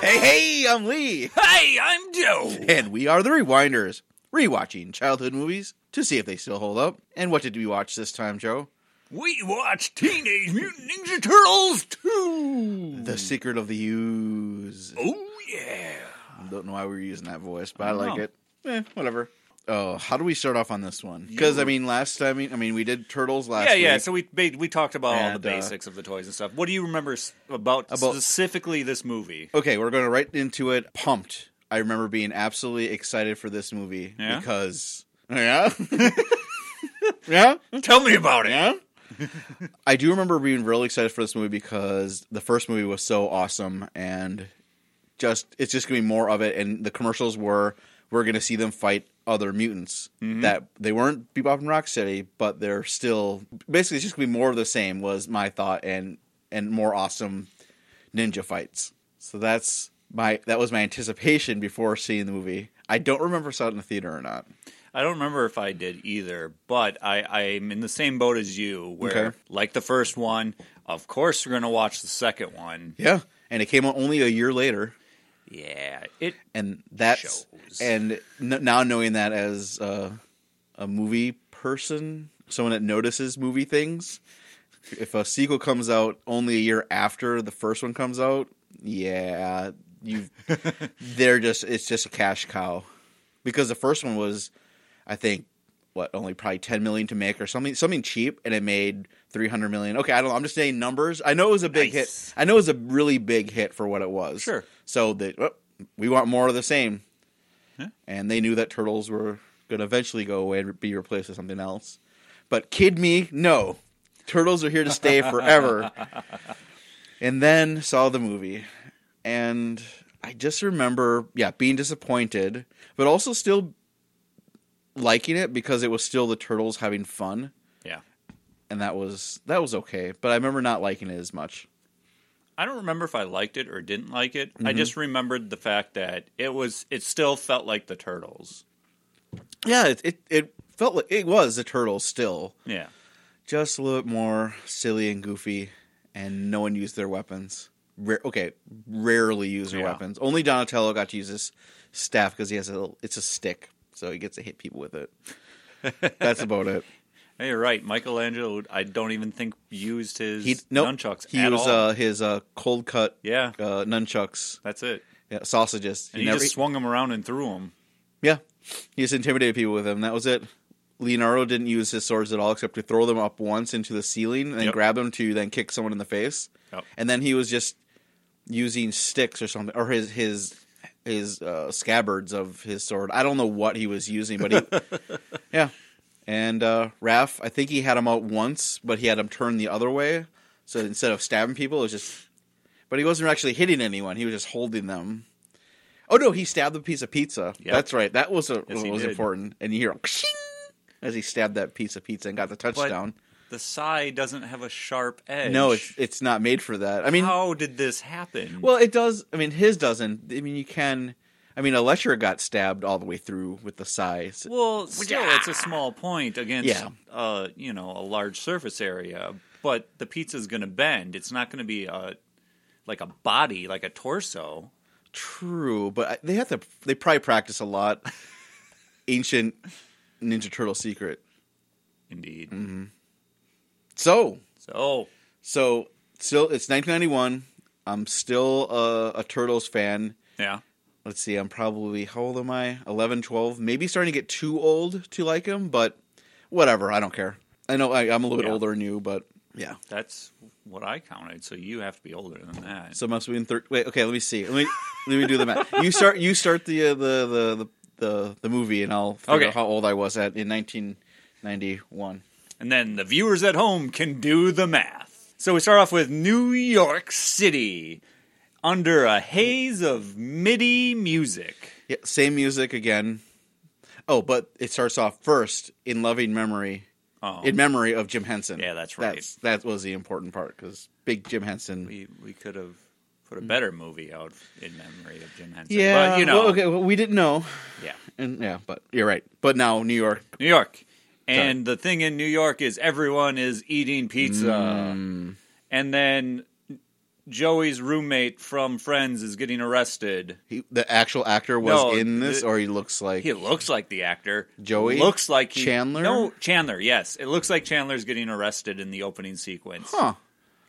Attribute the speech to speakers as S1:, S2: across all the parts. S1: Hey, hey, I'm Lee.
S2: Hey, I'm Joe.
S1: And we are the Rewinders, rewatching childhood movies to see if they still hold up. And what did we watch this time, Joe?
S2: We watch Teenage Mutant Ninja Turtles 2.
S1: The Secret of the Ooze.
S2: Oh, yeah.
S1: Don't know why we were using that voice, but I, like
S2: know.
S1: it. Eh, whatever. Oh, how do we start off on this one? Because I mean, last time, I mean, we did turtles last.
S2: Yeah, yeah.
S1: week.
S2: So we ba- we talked about all
S1: And,
S2: the
S1: uh,
S2: basics of the toys and stuff. What do you remember s- about,
S1: About-
S2: specifically this movie?
S1: Okay, we're going right into it. Pumped. I remember being absolutely excited for this movie
S2: Yeah?
S1: because yeah, yeah,
S2: Tell me about it.
S1: yeah. I do remember being really excited for this movie because the first movie was so awesome and just it's just gonna be more of it. And the commercials were we're gonna see them fight other mutants that they weren't Bebop and Rocksteady, but they're still basically it's just gonna be more of the same was my thought and and more awesome ninja fights. So that's my that was my anticipation before seeing the movie. I don't remember if I saw it in the theater or not.
S2: I don't remember if I did either, but I, I'm in the same boat as you, where,
S1: Okay.
S2: like the first one, of course we're going to watch the second one.
S1: Yeah, and it came out only a year later.
S2: Yeah. It.
S1: and that's
S2: Shows.
S1: and n- now knowing that as uh, a movie person, someone that notices movie things, if a sequel comes out only a year after the first one comes out, yeah, you they're just it's just a cash cow because the first one was, I think. What only probably ten million to make or something something cheap and it made three hundred million. Okay, I don't. know. I'm just saying numbers. I know it was a big
S2: Nice.
S1: hit. I know it was a really big hit for what it was.
S2: Sure.
S1: So that well, we want more of the same. And they knew that turtles were going to eventually go away and be replaced with something else. But kid me, no. Turtles are here to stay forever. and then saw the movie. And I just remember, yeah, being disappointed, but also still liking it because it was still the turtles having fun.
S2: Yeah.
S1: And that was that was okay, but I remember not liking it as much.
S2: I don't remember if I liked it or didn't like it.
S1: Mm-hmm.
S2: I just remembered the fact that it was it still felt like the turtles.
S1: Yeah, it it, it felt like it was the turtles still.
S2: Yeah.
S1: just a little bit more silly and goofy, and no one used their weapons. Rare, okay, rarely use their
S2: Yeah.
S1: weapons. Only Donatello got to use his staff because he has a little, it's a stick, so he gets to hit people with it. That's about it.
S2: Hey, you're right. Michelangelo I don't even think used his
S1: He no
S2: nunchucks
S1: He
S2: at
S1: used
S2: all.
S1: Uh, his uh, cold cut
S2: yeah.
S1: uh, nunchucks,
S2: That's it.
S1: yeah, sausages. e-
S2: And he, just swung them around and threw them.
S1: yeah, he just intimidated people with them. That was it. Leonardo didn't use his swords at all, except to throw them up once into the ceiling and then
S2: Yep.
S1: grab them to then kick someone in the face.
S2: Yep.
S1: and then he was just using sticks or something or his his his uh, scabbards of his sword. I don't know what he was using, but he yeah. And uh, Raph, I think he had him out once, but he had him turn the other way. So instead of stabbing people, it was just. But he wasn't actually hitting anyone. He was just holding them. Oh no, he stabbed a piece of pizza.
S2: Yep.
S1: That's right. That was a,
S2: Yes, he
S1: was
S2: did.
S1: important. And you hear "Kshing" as he stabbed that piece of pizza and got the
S2: But
S1: touchdown.
S2: the side doesn't have a sharp edge.
S1: no, it's it's not made for that. I mean,
S2: How did this happen?
S1: Well, it does. I mean, his doesn't. I mean, you can. I mean, Electra got stabbed all the way through with the size.
S2: Well, still, it's a small point against,
S1: Yeah.
S2: uh, you know, a large surface area. But the pizza's going to bend. It's not going to be a like a body, like a torso.
S1: True, but I- they have to. They probably practice a lot. Ancient Ninja Turtle secret.
S2: Indeed.
S1: So,
S2: So
S1: so still, it's 1991. I'm still a, a Turtles fan.
S2: yeah,
S1: Let's see. I'm probably how old am I? 11, 12. Maybe starting to get too old to like him, but whatever. I don't care. I know I, I'm a little bit
S2: Yeah.
S1: older than you, but yeah.
S2: that's what I counted. So you have to be older than that.
S1: So must we in third? Wait, okay. Let me see. Let me let me do the math. You start. You start the uh, the, the the the the movie, and I'll figure
S2: Okay.
S1: out how old I was at in 1991.
S2: and then the viewers at home can do the math. So we start off with New York City under a haze of MIDI music.
S1: Yeah, same music again. Oh, but it starts off first in loving memory,
S2: Oh,
S1: in memory of Jim Henson.
S2: Yeah, that's right.
S1: That's, that was the important part because big Jim Henson.
S2: we we could have put a better movie out in memory of Jim Henson.
S1: Mm. yeah,
S2: but you know,
S1: well, okay, well, we didn't know,
S2: yeah,
S1: and yeah, but you're right. But now New York,
S2: New York, and the thing
S1: Mm.
S2: in New York is everyone is eating pizza, and then Joey's roommate from Friends is getting arrested.
S1: He, the actual actor was
S2: No,
S1: in this,
S2: the-
S1: or he looks like
S2: He looks like the actor.
S1: Joey?
S2: looks like he,
S1: Chandler?
S2: No, Chandler. Yes, it looks like Chandler's getting arrested in the opening sequence because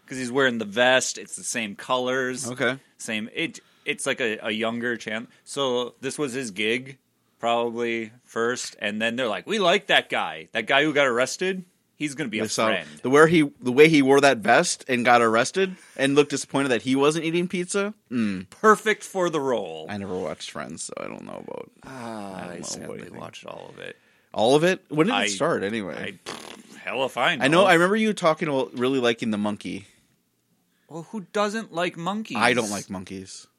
S1: huh?
S2: he's wearing the vest. It's the same colors.
S1: Okay,
S2: Same. It. It's like a, a younger Chandler. So this was his gig, probably first, and then they're like, "We like that guy. That guy who got arrested. He's going to be a
S1: so
S2: friend."
S1: the where he the way he wore that vest and got arrested and looked disappointed that he wasn't eating pizza. Mm.
S2: Perfect for the role.
S1: I never watched Friends, so I don't know about
S2: Ah, I,
S1: know. What do
S2: sadly
S1: you think?
S2: watched all of it.
S1: all of it. When did
S2: I-
S1: it start anyway?
S2: I, hell if I know.
S1: I, know. I remember you talking about really liking the monkey.
S2: Well, who doesn't like monkeys?
S1: I don't like monkeys.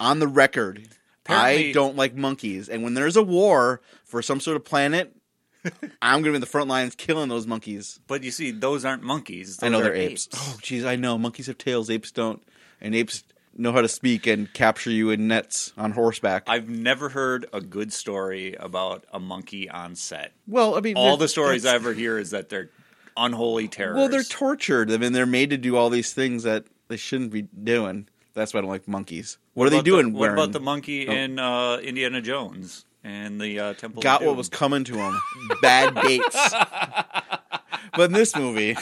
S1: On the record, I
S2: Apparently-
S1: don't like monkeys. And when there's a war for some sort of planet, I'm going to be in the front lines killing those monkeys.
S2: But you see, those aren't monkeys.
S1: I know
S2: those are
S1: they're apes. Oh, jeez, I know. Monkeys have tails, apes don't. And apes know how to speak and capture you in nets on horseback.
S2: I've never heard a good story about a monkey on set.
S1: well, I mean,
S2: All
S1: they're-
S2: the stories I
S1: that's-
S2: ever hear is that they're unholy terrors.
S1: Well, they're tortured. I mean, they're made to do all these things that they shouldn't be doing. That's why I don't like monkeys. What, are they
S2: What about
S1: doing?
S2: The, what
S1: wearing-
S2: about the
S1: Oh.
S2: monkey in uh, Indiana Jones and the uh, Temple? of
S1: got what
S2: Doom?
S1: was coming to him. Bad dates. but in this movie,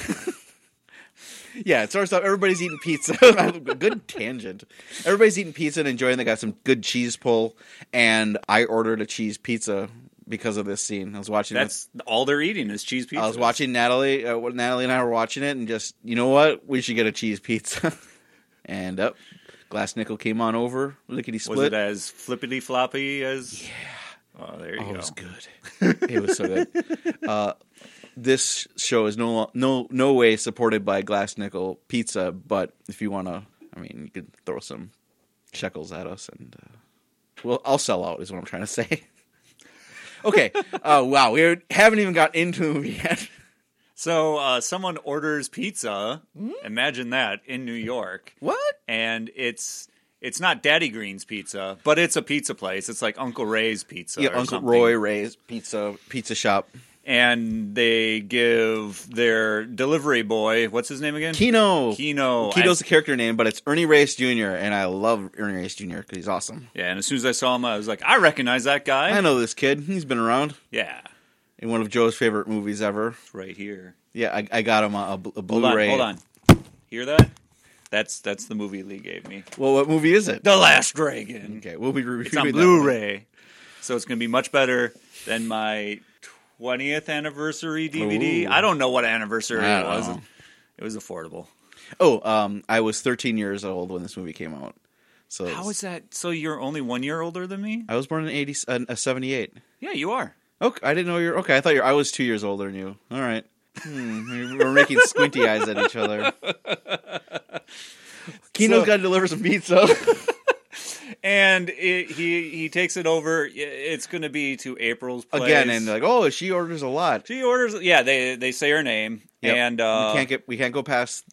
S1: yeah, it starts off. Everybody's eating pizza. good tangent. Everybody's eating pizza and enjoying. They got some good cheese pull, and I ordered a cheese pizza because of this scene. I was watching. with-
S2: That's all they're eating is cheese pizza.
S1: I was watching Natalie. Uh, what- Natalie and I were watching it, and just you know what, we should get a cheese pizza. and up, glass nickel came on over. Lickety
S2: Was
S1: split.
S2: it as flippity floppy as? Yeah. Oh, there you
S1: Oh,
S2: go.
S1: it was good. it was so good. Uh, this show is no no no way supported by Glass Nickel Pizza, but if you want to, I mean, you could throw some shekels at us, and uh, well, I'll sell out. Is what I'm trying to say. okay. Uh, wow, we haven't even got into the movie yet.
S2: So uh, someone orders pizza.
S1: Hmm?
S2: Imagine that in New York.
S1: What?
S2: and it's it's not Daddy Green's pizza, but it's a pizza place. It's like Uncle Ray's pizza.
S1: Yeah,
S2: or
S1: Uncle
S2: something.
S1: Roy Ray's pizza pizza shop.
S2: And they give their delivery boy what's his name again?
S1: Kino.
S2: Kino.
S1: Kino's the
S2: I-
S1: character name, but it's Ernie Reyes Jr. and I love Ernie Reyes Jr. because he's awesome.
S2: yeah, and as soon as I saw him, I was like, I recognize that guy.
S1: I know this kid. He's been around.
S2: Yeah,
S1: in one of Joe's favorite movies ever.
S2: it's right here.
S1: Yeah, I, I got him a, a bl- a
S2: Hold on,
S1: Blu-ray.
S2: hold on. Hear that? That's that's the movie Lee gave me.
S1: Well, what movie is it?
S2: The Last Dragon.
S1: Okay, we'll be reviewing
S2: It's on
S1: that one.
S2: Blu-ray, so it's going to be much better than my 20th anniversary DVD.
S1: Ooh.
S2: I don't know what anniversary
S1: I
S2: it
S1: don't
S2: was.
S1: know.
S2: It was affordable.
S1: Oh, um, I was 13 years old when this movie came out. So
S2: How is that? So you're only one year older than me?
S1: I was born in 80 uh, uh, 78.
S2: Yeah, you are.
S1: Okay, I didn't know you're okay. I thought you. were- I was two years older than you. All right. Hmm, we- we're making squinty eyes at each other. Kino's
S2: So-
S1: got to deliver some pizza.
S2: And it, he he takes it over. It's going to be to April's place
S1: again, and like, oh, she orders a lot.
S2: she orders. Yeah, they they say her name,
S1: Yep.
S2: and uh,
S1: we can't get we can't go past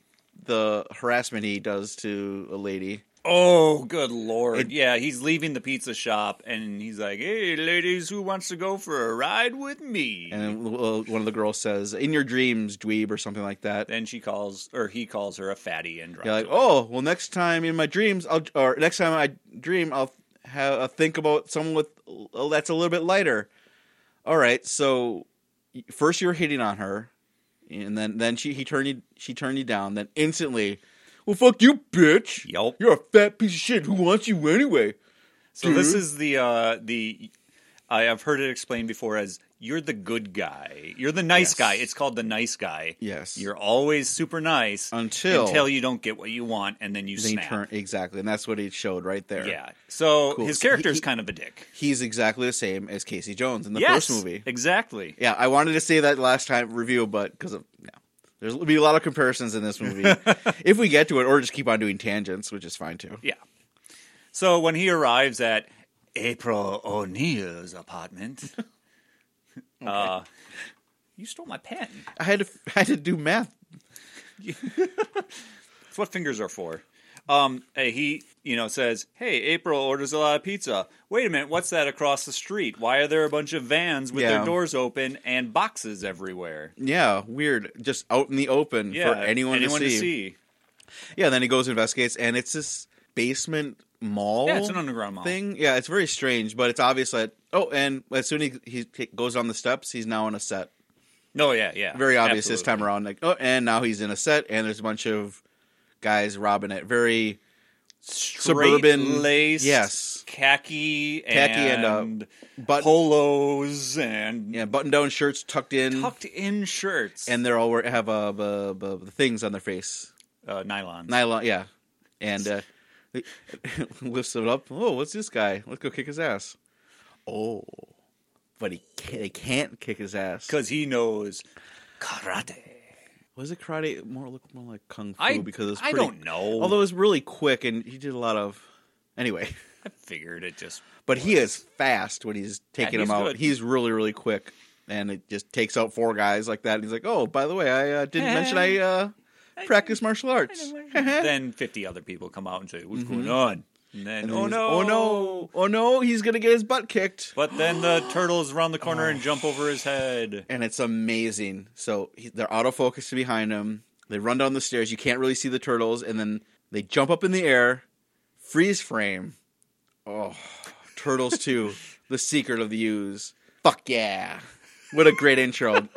S1: the harassment he does to a lady.
S2: Oh, good lord. yeah, he's leaving the pizza shop and he's like, hey, ladies, who wants to go for a ride with me? And
S1: And uh, one of the girls says, "In your dreams, dweeb," or something like that.
S2: then she calls, or he calls her a fatty and drives
S1: You're like,
S2: away.
S1: "Oh, well, next time in my dreams, I'll or next time I dream, I'll have I'll think about someone with oh, that's a little bit lighter." All right, so y- first you're hitting on her, and then then she he turned you she turned you down. Then instantly, well, fuck you, bitch.
S2: Yup.
S1: You're a fat piece of shit. Who wants you anyway?
S2: So this
S1: dude.
S2: is the, uh, the, I have heard it explained before as you're the good guy. You're the nice
S1: Yes.
S2: guy. It's called the nice guy.
S1: Yes.
S2: You're always super nice
S1: Until-
S2: until you don't get what you want and then you
S1: Then you
S2: snap.
S1: turn exactly, and that's what he showed right there.
S2: yeah. So
S1: Cool.
S2: his
S1: So he-
S2: character's
S1: he-
S2: kind of a dick.
S1: he's exactly the same as Casey Jones in the
S2: yes.
S1: first movie.
S2: Exactly.
S1: Yeah, I wanted to say that last time review, but because of no, there's will be a lot of comparisons in this movie if we get to it, or just keep on doing tangents, which is fine too.
S2: Yeah. So when he arrives at April O'Neil's apartment, uh, you stole my pen.
S1: I had to I had to do math.
S2: That's what fingers are for. Um, eh, he, you know, says, "Hey, April orders a lot of pizza. Wait a minute, what's that across the street? Why are there a bunch of vans with
S1: Yeah.
S2: their doors open and boxes everywhere
S1: Yeah, weird, just out in the open for anyone, to, see. Yeah, then he goes and investigates, and it's this basement mall.
S2: Yeah, it's an underground mall.
S1: thing. Yeah, it's very strange, but it's obvious that. Oh, and as soon as he, he goes down the steps, he's now in a set.
S2: No, yeah, yeah.
S1: Very obvious this
S2: Absolutely.
S1: time around. Like, oh, and now he's in a set, and there's a bunch of guys robbing it. Very suburban-
S2: laced,
S1: yes.
S2: khaki,
S1: Khaki and, uh,
S2: and
S1: but
S2: polos and
S1: yeah, button-down shirts tucked in,
S2: tucked in shirts
S1: and they're all wear- have uh, b- b- b- things on their face,
S2: uh, nylons.
S1: nylon. Yeah, and uh, lifts it up. Oh, what's this guy? Let's go kick his ass. Oh, but he can- they can't kick his ass
S2: because he knows karate.
S1: Was it karate? More look more like kung fu
S2: I
S1: because it was
S2: I
S1: pretty,
S2: don't know.
S1: Although it was really quick, and he did a lot of anyway.
S2: I figured it just
S1: But he is fast when he's taking
S2: Yeah,
S1: him
S2: he's
S1: out.
S2: good.
S1: He's really really quick, and it just takes out four guys like that. And he's like, "Oh, by the way, I uh, didn't mention I uh, practice martial arts."
S2: Uh-huh. then fifty other people come out and say, "What's going on?" Mm-hmm. And then,
S1: And
S2: oh
S1: he's,
S2: no,
S1: Oh no! Oh no! He's gonna get his butt kicked.
S2: But then the turtles around the corner and jump over his head.
S1: and it's amazing. So he, they're autofocused behind him. They run down the stairs. You can't really see the turtles, and then they jump up in the air, freeze frame. Oh, Turtles Two: The Secret of the Ooze. Fuck yeah! What a great intro.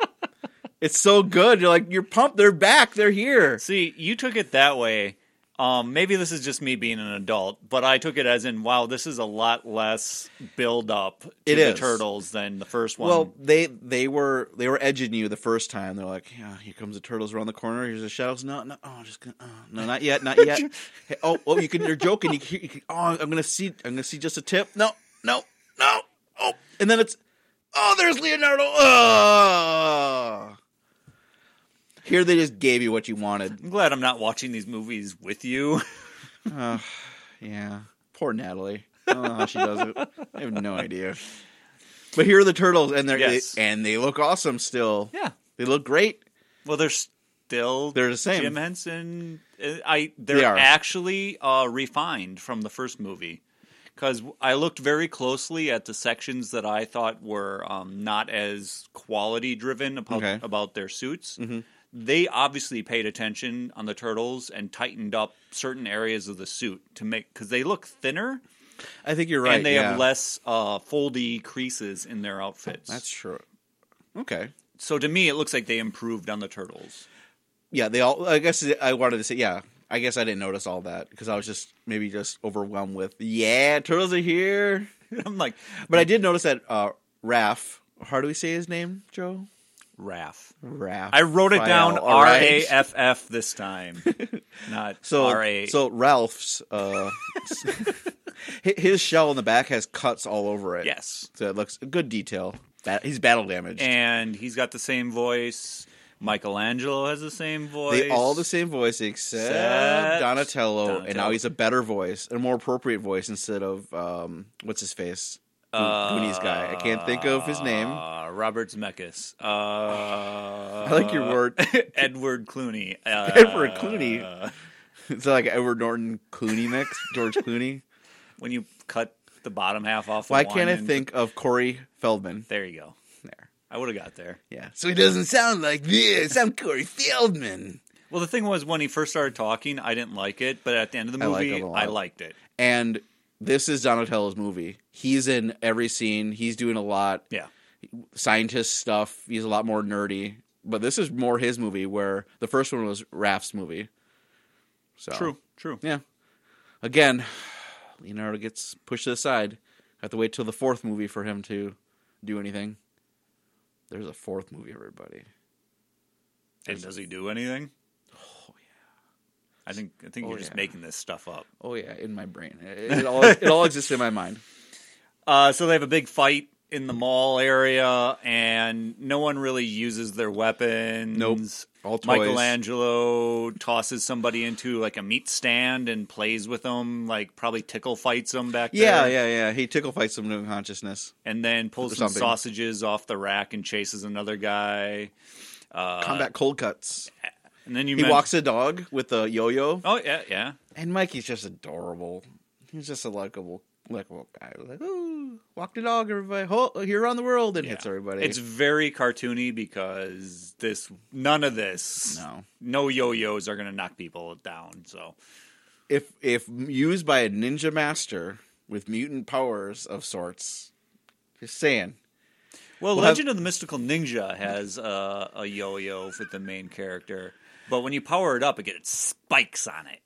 S1: it's so good. You're like you're pumped. They're back. They're here.
S2: See, you took it that way. Um, maybe this is just me being an adult, but I took it as in, wow, this is a lot less build up to
S1: It
S2: the
S1: is.
S2: turtles than the first one.
S1: Well, they they were they were edging you the first time. They're like, yeah, here comes the turtles around the corner. Here's the shadows. No, no, oh, just gonna, oh, no, not yet, not yet. Hey, oh, oh, you can. They're joking. You, can- you can, oh, I'm gonna see. I'm gonna see just a tip. No, no, no. Oh, and then it's oh, there's Leonardo. Oh. Here they just gave you what you wanted.
S2: I'm glad I'm not watching these movies with you.
S1: Yeah, poor Natalie. I don't know how she does it. I have no idea. But here are the turtles, and they're
S2: Yes.
S1: and they look awesome still.
S2: yeah.
S1: They look great.
S2: Well, they're still
S1: They're the same.
S2: Jim Henson. uh, I they're
S1: are.
S2: actually uh, refined from the first movie because I looked very closely at the sections that I thought were um, not as quality driven about
S1: Okay. Mm-hmm.
S2: about their suits. They obviously paid attention on the turtles and tightened up certain areas of the suit to make because they look thinner
S1: I think you're right.
S2: and they
S1: yeah.
S2: have less uh, foldy creases in their outfits.
S1: That's true. Okay.
S2: so to me, it looks like they improved on the turtles.
S1: Yeah, they all. I guess I wanted to say. Yeah, I guess I didn't notice all that because I was just maybe just overwhelmed with. Yeah, turtles are here.
S2: I'm like,
S1: But I did notice that uh Raph. How do we say his name, Joe?
S2: Raph.
S1: Raph.
S2: I wrote it down
S1: Raphael, all
S2: R
S1: right?
S2: A F F this time, not
S1: So
S2: R A.
S1: so Ralph's uh, hi- his shell in the back has cuts all over it.
S2: yes,
S1: So it looks good detail. Bat- he's battle damaged.
S2: and he's got the same voice. Michelangelo has the same voice.
S1: They all the same voice except
S2: Except
S1: Donatello, and now
S2: Donatello.
S1: he's a better voice, a more appropriate voice instead of um, what's his face, Go- Goonies guy. I can't think of his name. I
S2: Uh, Robert Zemeckis. Uh, I
S1: like your word,
S2: Edward Clooney. Uh,
S1: Edward Clooney. It's like Edward Norton Clooney mix, George Clooney.
S2: When you cut the bottom half off. of
S1: Why
S2: one
S1: can't I
S2: and-
S1: think of Corey Feldman?
S2: There you go.
S1: There,
S2: I would have got there.
S1: yeah. So he doesn't sound like this. I'm Corey Feldman.
S2: Well, the thing was, when he first started talking, I didn't like it, but at the end of the
S1: I like
S2: movie,
S1: him a lot.
S2: I liked it.
S1: And this is Donatello's movie. He's in every scene. He's doing a lot.
S2: Yeah.
S1: scientist stuff. He's a lot more nerdy. But this is more his movie, where the first one was Raph's movie. So
S2: True, true.
S1: yeah. Again, Leonardo gets pushed aside. Have to wait till the fourth movie for him to do anything. There's a fourth movie, everybody.
S2: And does he do anything? Oh yeah. I think I think
S1: Oh,
S2: you're just
S1: yeah.
S2: making this stuff up.
S1: Oh yeah, in my brain, it, it all it all exists in my mind.
S2: Uh, so they have a big fight in the mall area, and no one really uses their weapons.
S1: Nope. All toys.
S2: Michelangelo tosses somebody into like a meat stand and plays with them, like probably tickle fights them back
S1: Yeah,
S2: there.
S1: yeah, yeah. He tickle fights some new consciousness.
S2: And then pulls
S1: Or
S2: some
S1: something.
S2: sausages off the rack and chases another guy. Uh,
S1: Combat cold cuts.
S2: And then you
S1: He
S2: men-
S1: walks a dog with a yo-yo.
S2: Oh yeah, yeah.
S1: And Mikey's just adorable. He's just a likable like well, guy was like, "Ooh, walk the dog, everybody, Ho- here around the world," and hits
S2: Yeah.
S1: everybody.
S2: It's very cartoony because this none of this
S1: No.
S2: no yo-yos are going to knock people down. So
S1: if if used by a ninja master with mutant powers of sorts, just saying.
S2: well,
S1: We'll have-
S2: Legend of the Mystical Ninja has uh, a yo-yo with the main character, but when you power it up, it gets spikes on it.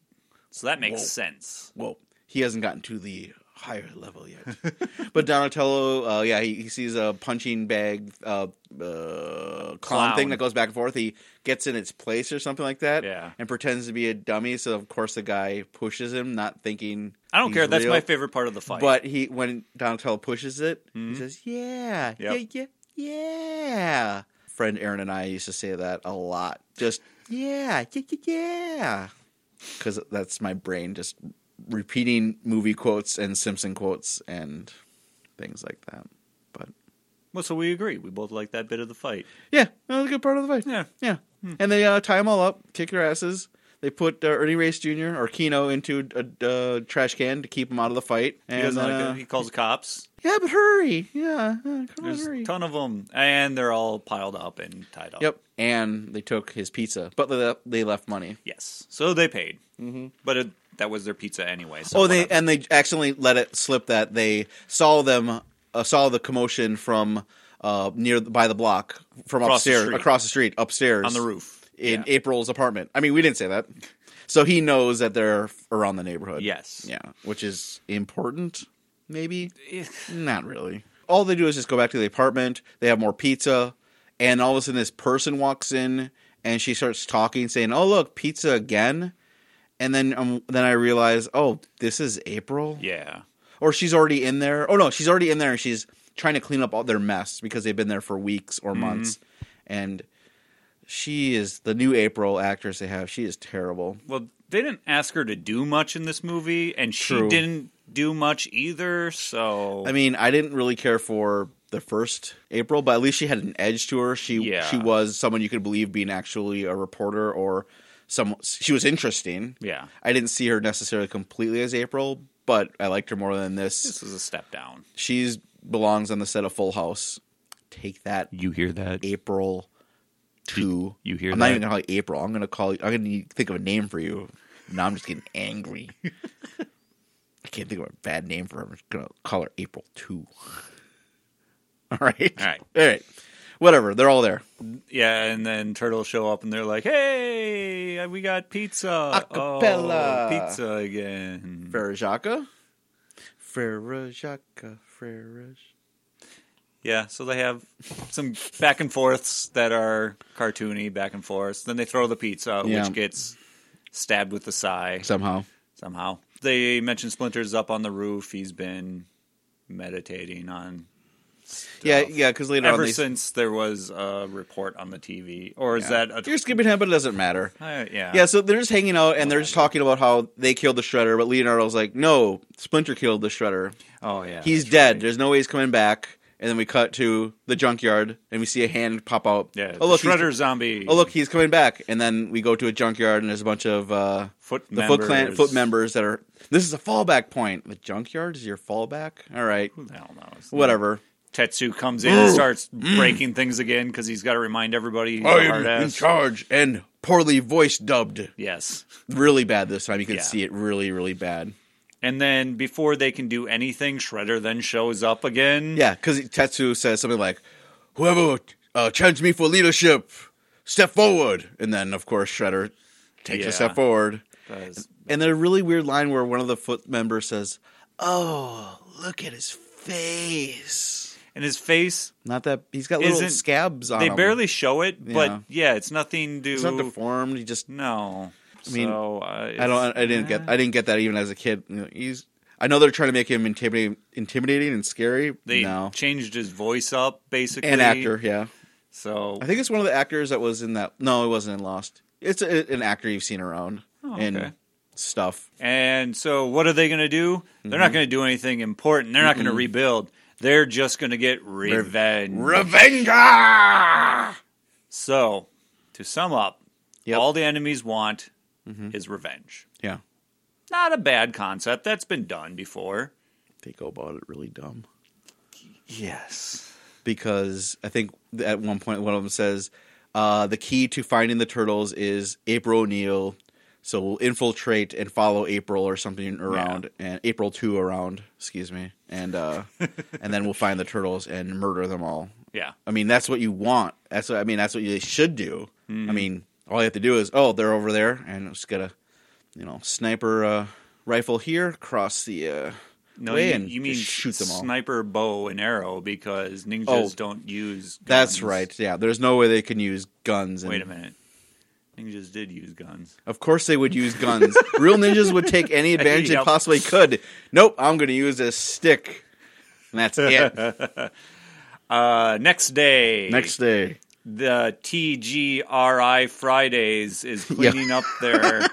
S2: So that makes
S1: Whoa.
S2: sense.
S1: Well, he hasn't gotten to the higher level yet. but Donatello, uh, yeah, he, he sees a punching bag uh, uh, clown,
S2: Clown.
S1: thing that goes back and forth. He gets in its place or something like that,
S2: Yeah.
S1: and pretends to be a dummy. So of course the guy pushes him, not thinking.
S2: I don't
S1: he's
S2: care. That's
S1: real.
S2: my favorite part of the fight. Hmm.
S1: But he, when Donatello pushes it, he says, "Yeah,
S2: Yep.
S1: yeah, yeah, yeah." Friend Aaron and I used to say that a lot. Just yeah, yeah, yeah, yeah, because that's my brain just repeating movie quotes and Simpson quotes and things like that. But
S2: well, so we agree. We both like that bit of the fight.
S1: yeah, that was a good part of the fight.
S2: Yeah. Hmm.
S1: Yeah. And they uh, tie them all up, kick their asses. They put uh, Ernie Race Jr. or Kino into a, uh trash can to keep him out of the fight.
S2: He
S1: And,
S2: doesn't like
S1: uh,
S2: that. He calls the cops.
S1: Yeah, but hurry. Yeah, yeah, come on,
S2: There's a
S1: hurry.
S2: ton of them, and they're all piled up and tied up.
S1: Yep. And they took his pizza, but they left, they left money.
S2: Yes. So they paid. Mm-hmm. But it, that was their pizza anyway. So
S1: oh, they
S2: whatever.
S1: and they accidentally let it slip that they saw them uh, saw the commotion from uh, near by the block from
S2: Across the
S1: upstairs
S2: street.
S1: across the street upstairs
S2: on the roof.
S1: in
S2: yeah.
S1: April's apartment. I mean, we didn't say that. So he knows that they're f- around the neighborhood.
S2: Yes.
S1: Yeah, which is important, maybe.
S2: Eh,
S1: Not really. All they do is just go back to the apartment. They have more pizza, and all of a sudden, this person walks in and she starts talking, saying, "Oh, look, pizza again." And then, um, then I realize, oh, this is April,
S2: Yeah.
S1: or she's already in there. Oh no, she's already in there, and she's trying to clean up all their mess because they've been there for weeks or months, and she is the new April actress they have. She is terrible.
S2: Well, they didn't ask her to do much in this movie, and she
S1: True.
S2: didn't do much either. So
S1: I mean, I didn't really care for the first April, but at least she had an edge to her. She
S2: Yeah.
S1: she was someone you could believe being actually a reporter or some. She was interesting.
S2: yeah,
S1: I didn't see her necessarily completely as April, but I liked her more than this.
S2: this was a step down.
S1: She's belongs on the set of Full House. Take that,
S2: You hear that?
S1: April. Two.
S2: you hear
S1: I'm not
S2: that?
S1: even gonna call you April. I'm gonna call you. I'm gonna need- think of a name for you. Now I'm just getting angry. I can't think of a bad name for her. I'm just gonna call her April Two. All right.
S2: All right.
S1: All right. Whatever. They're all there.
S2: Yeah, and then turtles show up, and they're like, "Hey, we got pizza,
S1: Acapella.
S2: oh, pizza again."
S1: Farajaka. Farajaka. Faraj.
S2: Yeah, so they have some back and forths that are cartoony back and forths. Then they throw the pizza,
S1: Yeah.
S2: which gets stabbed with the sigh
S1: Somehow.
S2: somehow. They mention Splinter's up on the roof. He's been meditating on
S1: Yeah. Yeah. Because later on,
S2: ever
S1: they,
S2: since there was a report on the TV. Or is that a
S1: you're skipping ahead, but it doesn't matter.
S2: uh, yeah?
S1: Yeah, so they're just hanging out and they're just talking about how they killed the Shredder, but Leonardo's like, no, Splinter killed the Shredder.
S2: Oh yeah.
S1: he's
S2: that's
S1: dead.
S2: right.
S1: There's no way he's coming back. And then we cut to the junkyard, and we see a hand pop out.
S2: Yeah.
S1: Oh look,
S2: the
S1: he's-
S2: Shredder zombie.
S1: Oh look, he's coming back. And then we go to a junkyard, and there's a bunch of uh,
S2: Foot
S1: the Foot Clan
S2: members.
S1: Foot members that are. This is a fallback point. The junkyard is your fallback. All right,
S2: I don't know. It's-
S1: whatever.
S2: Tetsu comes in and starts
S1: Mm.
S2: breaking things again because he's got to remind everybody. He's
S1: Oh,
S2: a hard ass.
S1: charge and poorly voice dubbed.
S2: Yes.
S1: Really bad this time. You can
S2: Yeah.
S1: see it really, really bad.
S2: And then before they can do anything, Shredder then shows up again.
S1: Yeah, because Tetsu says something like, "Whoever uh, challenged me for leadership, step forward." And then, of course, Shredder takes
S2: Yeah.
S1: a step forward.
S2: Because-
S1: And then a really weird line where one of the foot members says, "Oh, look at his face."
S2: And his face,
S1: Not that he's got little
S2: Isn't-
S1: scabs on
S2: they
S1: him.
S2: barely show it,
S1: Yeah.
S2: but yeah, it's nothing to.
S1: He's not deformed. He just
S2: no. I
S1: mean,
S2: so, uh,
S1: I don't. I didn't get. I didn't get that even as a kid. You know, He's. I know they're trying to make him intimidating, intimidating and scary.
S2: They
S1: no,
S2: changed his voice up basically.
S1: an actor. Yeah.
S2: So
S1: I think it's one of the actors that was in that. No, it wasn't in Lost. It's a, an actor you've seen around
S2: Oh,
S1: in
S2: okay.
S1: stuff.
S2: and so what are they going to do? They're
S1: Mm-hmm.
S2: not going to do anything important. They're not going to rebuild. They're just going to get revenge.
S1: Revenger.
S2: so, to sum up,
S1: Yep. Mm-hmm.
S2: all the enemies want is revenge.
S1: Yeah,
S2: Not a bad concept. That's been done before.
S1: they go about it really dumb
S2: Yes.
S1: because I think at one point one of them says uh, the key to finding the turtles is April O'Neil, so we'll infiltrate and follow April or something around and April two around, excuse me, and uh, and then we'll find the turtles and murder them all.
S2: Yeah.
S1: I mean that's what you want. That's what I mean. That's what you should do.
S2: Mm-hmm.
S1: I mean all you have to do is oh they're over there and just get a you know sniper uh, rifle here cross the uh,
S2: No,
S1: way
S2: you,
S1: and
S2: you mean
S1: just shoot them all.
S2: sniper, bow, and arrow because ninjas
S1: Oh.
S2: don't use.
S1: That's
S2: guns.
S1: right. Yeah, there's no way they can use guns. And
S2: Wait a minute. Ninjas did use guns.
S1: Of course they would use guns. Real ninjas would take any advantage they
S2: Yep.
S1: possibly could. Nope, I'm going to use a stick. And that's it.
S2: Uh, next day,
S1: Next day.
S2: the TGRI Fridays is cleaning up their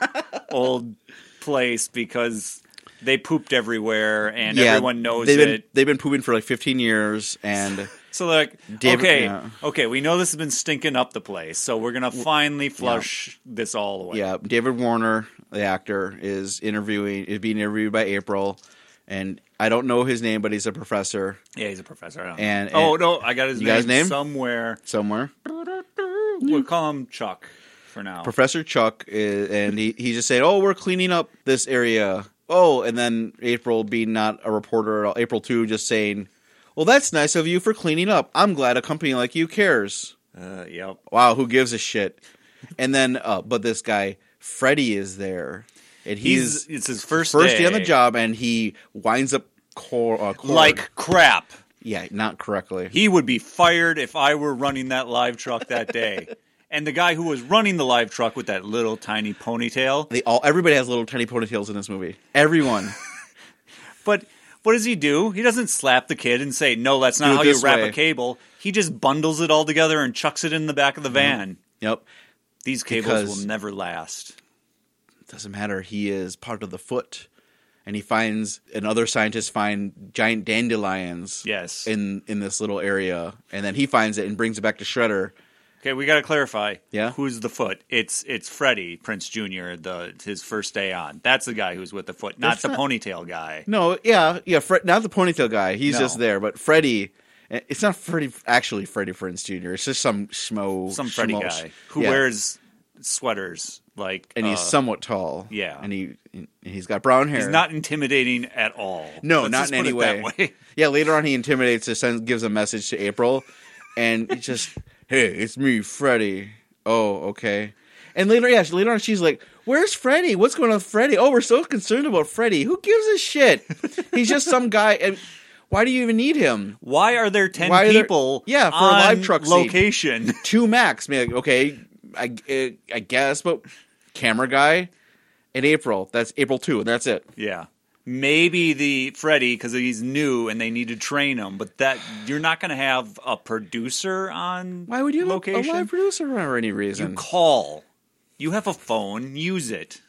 S2: old place because they pooped everywhere and everyone knows
S1: they've
S2: it.
S1: been, They've been pooping for like 15 years and
S2: So they're like,
S1: David-
S2: okay,
S1: yeah.
S2: okay, we know this has been stinking up the place, so we're gonna finally flush this all away.
S1: yeah, David Warner, the actor, is interviewing is being interviewed by April and I don't know his name but he's a professor
S2: yeah, he's a professor. I don't
S1: And-
S2: know. oh
S1: and-
S2: no, I got his,
S1: You
S2: name,
S1: got his name? Mm-hmm.
S2: somewhere.
S1: somewhere.
S2: We'll call him Chuck for now.
S1: Professor Chuck is, and he, he just said, "Oh, we're cleaning up this area." Oh, and then April being not a reporter at all, April two just saying, "Well, that's nice of you for cleaning up. I'm glad a company like you cares."
S2: uh, yep.
S1: Wow, who gives a shit? And then, uh, but this guy Freddy is there, and
S2: He's,
S1: he's,
S2: it's his first
S1: first day on the job, and he winds up cor- uh, cord.
S2: Like crap.
S1: yeah, not correctly.
S2: He would be fired if I were running that live truck that day. and the guy who was running the live truck with that little tiny ponytail.
S1: they all everybody has little tiny ponytails in this movie. Everyone.
S2: But what does he do? He doesn't slap the kid and say, "No, that's not
S1: it
S2: how you
S1: this
S2: wrap
S1: way."
S2: a cable." He just bundles it all together and chucks it in the back of the van.
S1: yep.
S2: These cables
S1: Mm-hmm. Because-
S2: will never last.
S1: doesn't matter. He is part of the foot, and he finds and other scientists find giant dandelions.
S2: Yes.
S1: in in this little area, and then he finds it and brings it back to Shredder.
S2: Okay, we got to clarify.
S1: Yeah?
S2: who's the foot? It's it's Freddie Prince Jr. The his first day on. That's the guy who's with the foot, not
S1: That's
S2: the
S1: not-
S2: ponytail guy.
S1: No, yeah, yeah, Fred, not the ponytail guy. He's
S2: No.
S1: just there, but Freddy. eh, It's not Freddy, actually Freddy Prince Jr. It's just some schmo,
S2: Some Freddie
S1: schmo-
S2: guy who
S1: yeah.
S2: wears sweaters like
S1: and he's
S2: uh,
S1: somewhat tall.
S2: yeah.
S1: and he and he's got brown hair.
S2: He's not intimidating at all.
S1: No,
S2: Let's
S1: not
S2: just
S1: in any
S2: put it
S1: way.
S2: that
S1: Yeah, later on he intimidates her, sends gives a message to April, and it's just, hey, it's me, Freddy. Oh, okay. And later, yeah, later on she's like, where's Freddy? What's going on with Freddy? Oh, we're so concerned about Freddy. Who gives a shit? He's just some guy. And why do you even need him?
S2: Why are there ten
S1: Why are there-
S2: people?
S1: Yeah, for a
S2: on
S1: live truck scene.
S2: location.
S1: Two max. I mean, like, okay, I, I, I guess, but camera guy and April. That's April 2, and that's it.
S2: Yeah. Maybe the Freddy because he's new and they need to train him, but that you're not going to have a producer on.
S1: Why would you have a- a
S2: location?
S1: live producer for any reason?
S2: You call. You have a phone. Use it.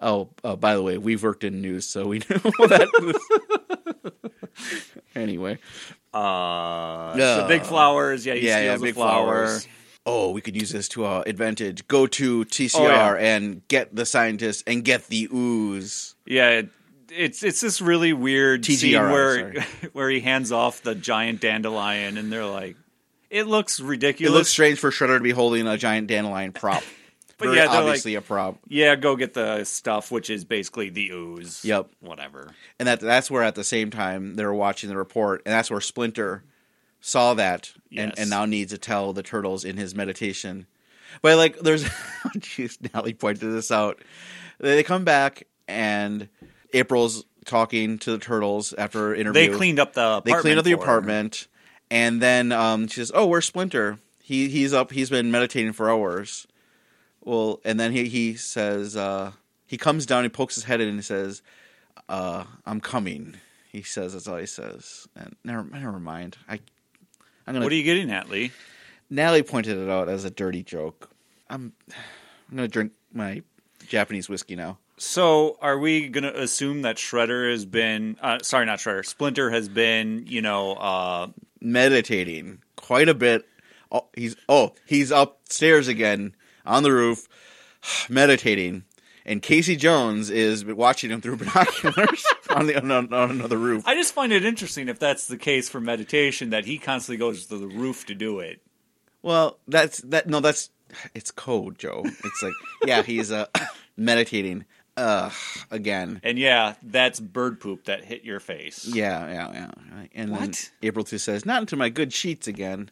S1: Oh, uh, by the way, we've worked in news, so we know that. anyway,
S2: Uh,
S1: Yeah.
S2: So big flowers. Yeah, he
S1: yeah, yeah,
S2: steals a
S1: big
S2: flower.
S1: flowers. Oh, we could use this to our advantage. Go to TCR
S2: Oh,
S1: and get the scientist and get the ooze.
S2: Yeah. It, it's it's this really weird scene
S1: TGRI,
S2: where where he hands off the giant dandelion and they're like, it looks
S1: It
S2: ridiculous.
S1: looks strange for Shredder to be holding a giant dandelion prop.
S2: But
S1: Very
S2: yeah, they're
S1: obviously a prop.
S2: yeah, go get the stuff, which is basically the ooze.
S1: Yep.
S2: whatever.
S1: And that that's where at the same time they were watching the report, and that's where Splinter saw that and,
S2: Yes.
S1: and now needs to tell the turtles in his meditation. But like there's jeez, Natalie pointed this out. They come back and April's talking to the turtles after her interview.
S2: They cleaned up the
S1: They
S2: apartment
S1: clean up the
S2: for her.
S1: apartment, and then um, she says, "Oh, where's Splinter? He he's up. He's been meditating for hours." Well, and then he he says uh, he comes down, he pokes his head in, and he says, uh, "I'm coming." He says that's all he says, and never never mind. I I'm gonna.
S2: What are you getting at, Lee?
S1: Natalie pointed it out as a dirty joke. I'm I'm gonna drink my Japanese whiskey now.
S2: So, are we going to assume that Shredder has been, uh, sorry, not Shredder, Splinter has been, you know, uh,
S1: meditating quite a bit. Oh, he's oh he's upstairs again on the roof meditating, and Casey Jones is watching him through binoculars on the on, on another roof.
S2: I just find it interesting if that's the case for meditation that he constantly goes to the roof to do it.
S1: Well, that's that. No, that's it's code, Joe. It's like yeah, he's uh, meditating uh, again.
S2: And yeah, that's bird poop that hit your face.
S1: Yeah, yeah, yeah. And then
S2: What?
S1: April too says, "Not into my good sheets again,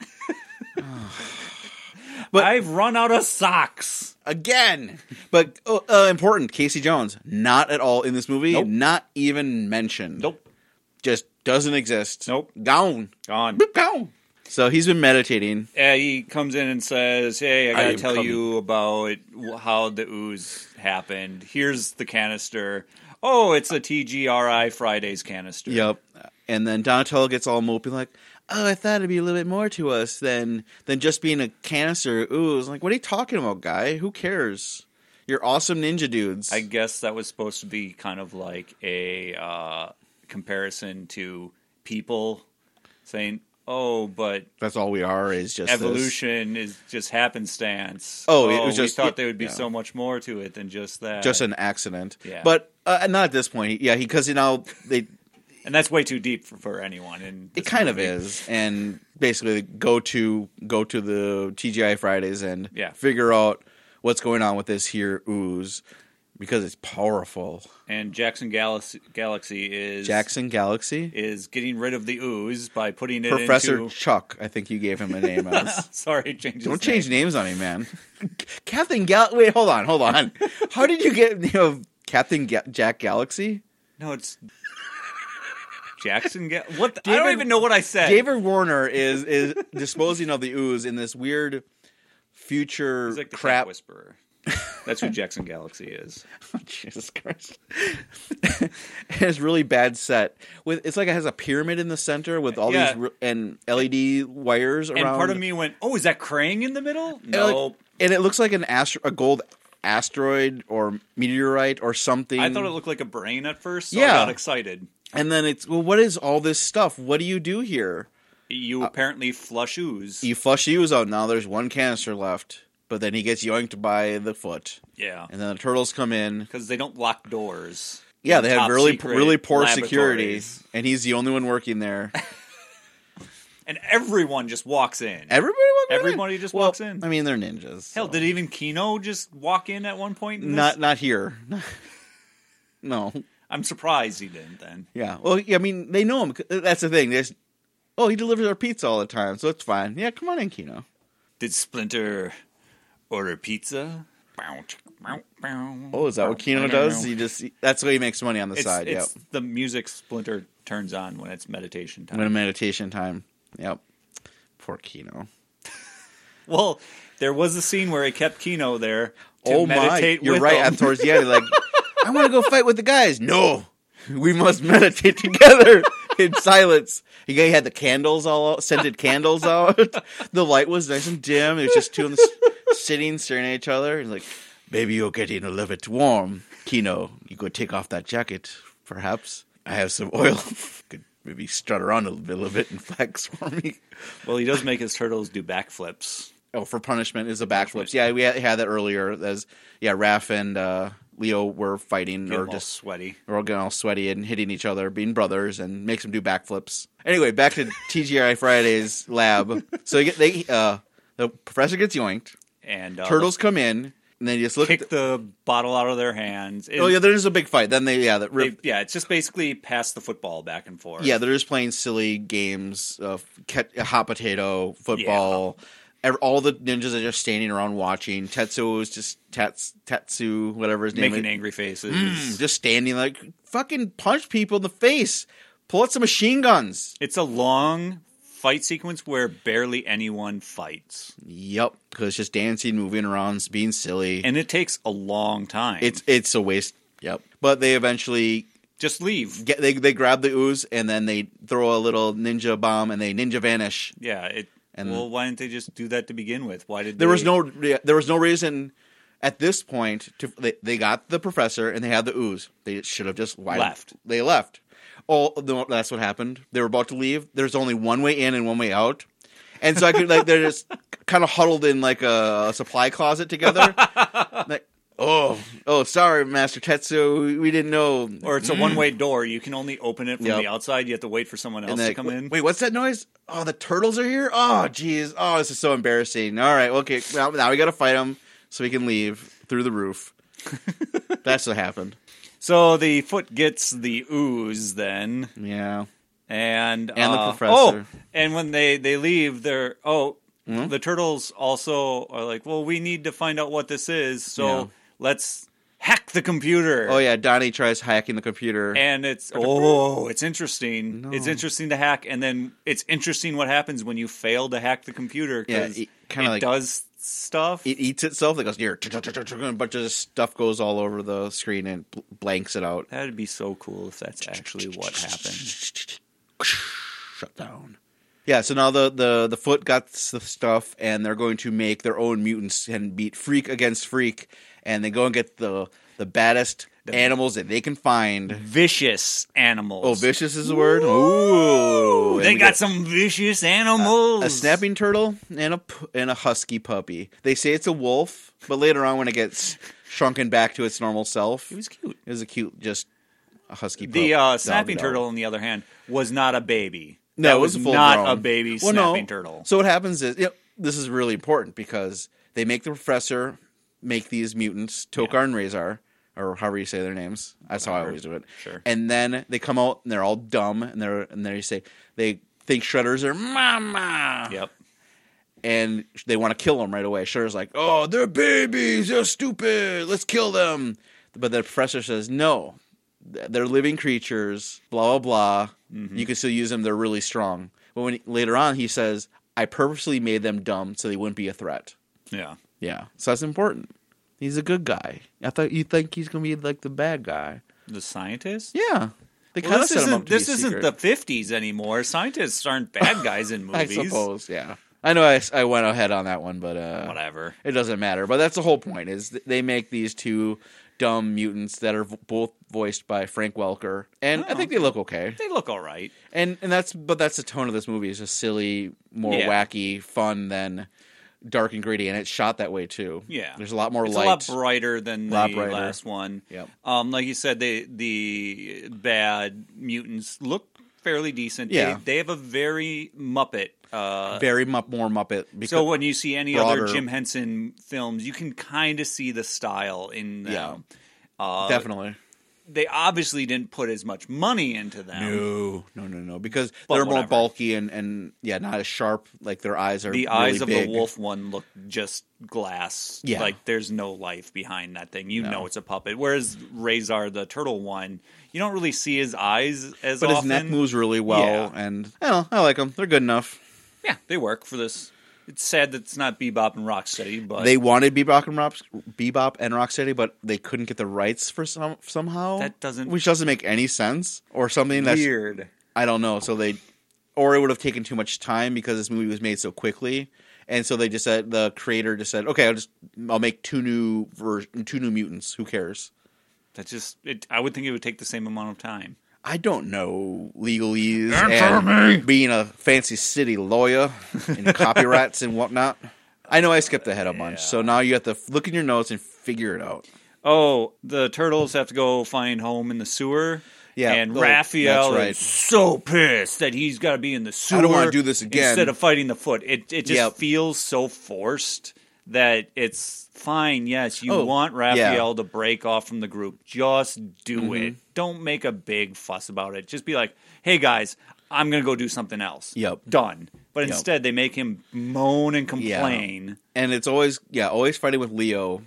S2: But I've run out of socks.
S1: again." But oh, uh, important, Casey Jones, not at all in this movie.
S2: Nope.
S1: Not even mentioned.
S2: Nope.
S1: Just doesn't exist.
S2: Nope.
S1: Gone.
S2: Gone.
S1: Boop, gone. So he's been meditating.
S2: Uh, he comes in and says, "Hey, I
S1: I
S2: got
S1: am
S2: to tell
S1: coming.
S2: you about wh- how the ooze happened. Here's the canister. Oh, it's a TGRI Fridays canister.
S1: Yep. And then Donatello gets all mopey, like, "Oh, I thought it'd be a little bit more to us than than just being a canister." Ooh, it's like, what are you talking about, guy? Who cares? You're awesome ninja dudes.
S2: I guess that was supposed to be kind of like a uh, comparison to people saying, "Oh, but
S1: That's all we are is just this.
S2: evolution is just happenstance."
S1: Oh, it was just-
S2: we thought there would be
S1: yeah.
S2: so much more to it than just that.
S1: just an accident.
S2: Yeah.
S1: But uh, not at this point. Yeah, because you know they
S2: and that's way too deep for, for anyone. And
S1: it kind of is, and basically go to go to the TGI Fridays and
S2: Yeah.
S1: figure out what's going on with this here ooze because it's powerful.
S2: And Jackson Galaxy, Galaxy is
S1: Jackson Galaxy,
S2: is getting rid of the ooze by putting it
S1: Professor
S2: into.
S1: Chuck. I think you gave him a name as.
S2: Sorry, change. his
S1: Don't change
S2: name.
S1: names on me, man. Captain Gal. Wait, hold on, hold on. How did you get you know, Captain Ga- Jack Galaxy?
S2: No, it's Jackson. Ga- what? the- I
S1: David-
S2: don't even know what I said.
S1: David Warner is is disposing of the ooze in this weird future
S2: He's like the crap
S1: crap.
S2: whisperer. That's who Jackson Galaxy is.
S1: Jesus Christ! and it's really bad set with it's like it has a pyramid in the center with all
S2: Yeah.
S1: these re- and LED wires around.
S2: And part of me went, "Oh, is that Krang in the middle?"
S1: and, like-
S2: No,
S1: and it looks like an astro- a gold asteroid or meteorite or something.
S2: I thought it looked like a brain at first. So
S1: Yeah.
S2: I got excited.
S1: and then it's well, what is all this stuff? What do you do here?
S2: You apparently flush ooze.
S1: Uh, You flush the ooze out. Now there's one canister left, but then he gets yoinked by the foot,
S2: yeah,
S1: and then the turtles come in.
S2: because they don't lock doors.
S1: Yeah,
S2: in
S1: they had
S2: top
S1: really
S2: secret
S1: really poor security,
S2: laboratories.
S1: and he's the only one working there.
S2: and everyone just walks in.
S1: Everybody, walked in?
S2: Everybody just walks in.
S1: I mean, they're ninjas. so-
S2: Hell, did even Kino just walk in at one point? In this?
S1: not not here. no,
S2: I'm surprised he didn't. Then
S1: yeah. Well, yeah, I mean, they know him. uh, That's the thing. There's, oh, he delivers our pizza all the time, so it's fine. Yeah, come on in, Kino.
S2: did Splinter order pizza? Bow, chick, bow, bow.
S1: Oh, is that what Kino
S2: I don't
S1: does?
S2: know.
S1: He just that's what he makes money on the
S2: It's,
S1: side.
S2: it's
S1: Yep.
S2: the music Splinter turns on when it's meditation time.
S1: When a meditation time. Yep. Poor Kino.
S2: Well, there was a scene where it kept Kino there to
S1: oh
S2: meditate.
S1: my! You're
S2: with
S1: right.
S2: him.
S1: And towards the end, like, I want to go fight with the guys. No, we must meditate together in silence. He had the candles all out, scented candles out. the light was nice and dim. It was just two of them s- sitting staring at each other. He's like, "Baby, you're getting a little bit warm, Kino. You could take off that jacket, perhaps. I have some oil. could maybe strut around a little bit and flex for me."
S2: well, he does make his turtles do backflips.
S1: Oh, for punishment is the backflips. Yeah, we had, had that earlier. As yeah, Raph and uh, Leo were fighting
S2: Get
S1: or
S2: them all
S1: just
S2: sweaty.
S1: or getting all sweaty and hitting each other, being brothers, and makes them do backflips. Anyway, back to TGI Friday's lab. So they, get, they uh, the professor gets yoinked.
S2: And uh,
S1: Turtles come in, and they just look.
S2: kick the bottle out of their hands. It-
S1: oh yeah, there's a big fight. Then they yeah, that
S2: they- yeah, it's just basically pass the football back and forth.
S1: Yeah, they're just playing silly games of ca- hot potato football. Ev- All the ninjas are just standing around watching. Tetsu is just tats, Tetsu, whatever his name
S2: making
S1: is,
S2: angry faces.
S1: just standing like fucking punch people in the face. Pull out some machine guns.
S2: It's a long fight sequence where barely anyone fights,
S1: Yep, because just dancing, moving around, being silly.
S2: and it takes a long time.
S1: it's it's a waste. Yep. But they eventually
S2: just leave.
S1: get they they grab the ooze and then they throw a little ninja bomb and they ninja vanish.
S2: Yeah. It.
S1: And-
S2: well, why didn't they just do that to begin with? Why did
S1: there
S2: they,
S1: was no yeah, there was no reason at this point to they, they got the professor and they had the ooze. They should have just why-
S2: Left.
S1: They left. Oh, no, that's what happened. They were about to leave. There's only one way in and one way out. And so I could like they're just kind of huddled in like a supply closet together. Like, oh, oh, sorry, Master Tetsu, we didn't know.
S2: Or it's a one way door. You can only open it from
S1: Mm. Yep.
S2: the outside. You have to wait for someone else
S1: And
S2: to
S1: then,
S2: come in.
S1: Wait, what's that noise? Oh, the turtles are here. Oh, jeez. Oh, this is so embarrassing. All right, okay. Well, now we got to fight them so we can leave through the roof. That's what happened.
S2: So the foot gets the ooze then.
S1: Yeah.
S2: and
S1: And the
S2: uh,
S1: professor. Mm-hmm.
S2: Oh, and when they they leave, they're oh, the turtles also are like, well, we need to find out what this is, so
S1: Yeah.
S2: let's hack the computer.
S1: Oh yeah, Donnie tries hacking the computer.
S2: And it's oh, it's interesting.
S1: No.
S2: It's interesting to hack, and then it's interesting what happens when you fail to hack the computer
S1: yeah,
S2: because
S1: it, kind
S2: it
S1: of like
S2: does stuff.
S1: it eats itself. It goes here, and a bunch of stuff goes all over the screen and bl- blanks it out.
S2: That'd be so cool if that's actually what happened.
S1: Shut down. Yeah, so now the, the, the foot got s- the stuff, and they're going to make their own mutants and beat freak against freak, and they go and get the the baddest animals that they can find.
S2: Vicious animals.
S1: Oh, vicious is the word. Ooh,
S2: Ooh,
S1: And
S2: they
S1: we
S2: got
S1: get
S2: some vicious animals.
S1: a snapping turtle and a p- and a husky puppy. They say it's a wolf, but later on when it gets shrunken back to its normal self,
S2: It was cute.
S1: it was a cute just a husky.
S2: The
S1: pup,
S2: uh,
S1: dog
S2: snapping
S1: dog.
S2: turtle, on the other hand, was not a baby.
S1: No,
S2: That
S1: it was, a full
S2: not
S1: grown.
S2: a baby
S1: Well,
S2: snapping
S1: no.
S2: turtle.
S1: So what happens is, yep, this is really important because they make the professor make these mutants, Tokar and Razor, or however you say their names. That's how I always do it.
S2: Sure.
S1: And then they come out and they're all dumb and they're and they say they think Shredder's are mama.
S2: Yep.
S1: And they want to kill him right away. Shredder's like, oh, they're babies. They're stupid. Let's kill them. But the professor says, no, they're living creatures, blah blah blah.
S2: Mm-hmm.
S1: You can still use them; they're really strong. But when later on he says, "I purposely made them dumb so they wouldn't be a threat."
S2: Yeah.
S1: Yeah, so that's important. He's a good guy. I thought you think he's gonna be like the bad guy.
S2: The scientist.
S1: Yeah, they
S2: Well,
S1: kind of
S2: this
S1: set him up
S2: isn't
S1: to be a
S2: this isn't
S1: secret.
S2: the fifties anymore. Scientists aren't bad guys in
S1: I
S2: movies.
S1: suppose. Yeah, I know. I, I went ahead on that one, but uh,
S2: Whatever.
S1: it doesn't matter. But that's the whole point: is th- they make these two dumb mutants that are v- both voiced by Frank Welker, and I
S2: Oh,
S1: think they look okay.
S2: They look all right.
S1: and and that's but that's the tone of this movie is just silly, more
S2: Yeah.
S1: wacky, fun than dark and gritty, and it's shot that way too.
S2: Yeah.
S1: there's a lot more
S2: It's
S1: light.
S2: a lot brighter than the
S1: Lot brighter.
S2: last one.
S1: Yep.
S2: Um, like you said, they the bad mutants look fairly decent.
S1: Yeah.
S2: They, they have a very Muppet uh,
S1: Very mu- more Muppet. Because,
S2: so when you see any
S1: broader-
S2: other Jim Henson films, you can kind of see the style in them. Uh,
S1: definitely
S2: They obviously didn't put as much money into them.
S1: no, no, no, no, because
S2: But
S1: they're more
S2: whatever.
S1: bulky and and yeah, not as sharp. Like their eyes are
S2: The
S1: really
S2: eyes of
S1: big.
S2: the wolf one look just glass.
S1: Yeah.
S2: Like there's no life behind that thing. You know it's a puppet. Whereas Razor, the turtle one, you don't really see his eyes as
S1: but his
S2: often.
S1: neck moves really well,
S2: Yeah.
S1: and I don't know, I like them. They're good enough.
S2: Yeah, they work for this. It's sad that it's not Bebop and Rocksteady, but
S1: They wanted Bebop and, Rock, Bebop and Rocksteady, but they couldn't get the rights for some somehow.
S2: That doesn't-
S1: which doesn't make any sense, or something that's
S2: weird.
S1: I don't know. So they, or it would have taken too much time because this movie was made so quickly, and so they just said the creator just said, okay, I'll just I'll make two new version, two new mutants. Who cares?
S2: That just it, I would think it would take the same amount of time.
S1: I don't know legalese and being a fancy city lawyer and copyrights and whatnot. I know I skipped ahead a bunch, so now you have to look in your notes and figure it out.
S2: Oh, the turtles have to go find home in the sewer.
S1: Yeah,
S2: and
S1: oh,
S2: Raphael
S1: that's right.
S2: is so pissed that he's got to be in the sewer.
S1: I don't wanna do this again.
S2: Instead of fighting the foot, it it just
S1: Yep.
S2: feels so forced that it's fine. Yes, you
S1: Oh,
S2: want
S1: yeah. Mm-hmm.
S2: Raphael to break off from the group. Just do it. Don't make a big fuss about it. Just be like, "Hey guys, I'm gonna go do something else."
S1: Yep.
S2: done. But instead, they make him moan and complain.
S1: and it's always yeah always fighting with leo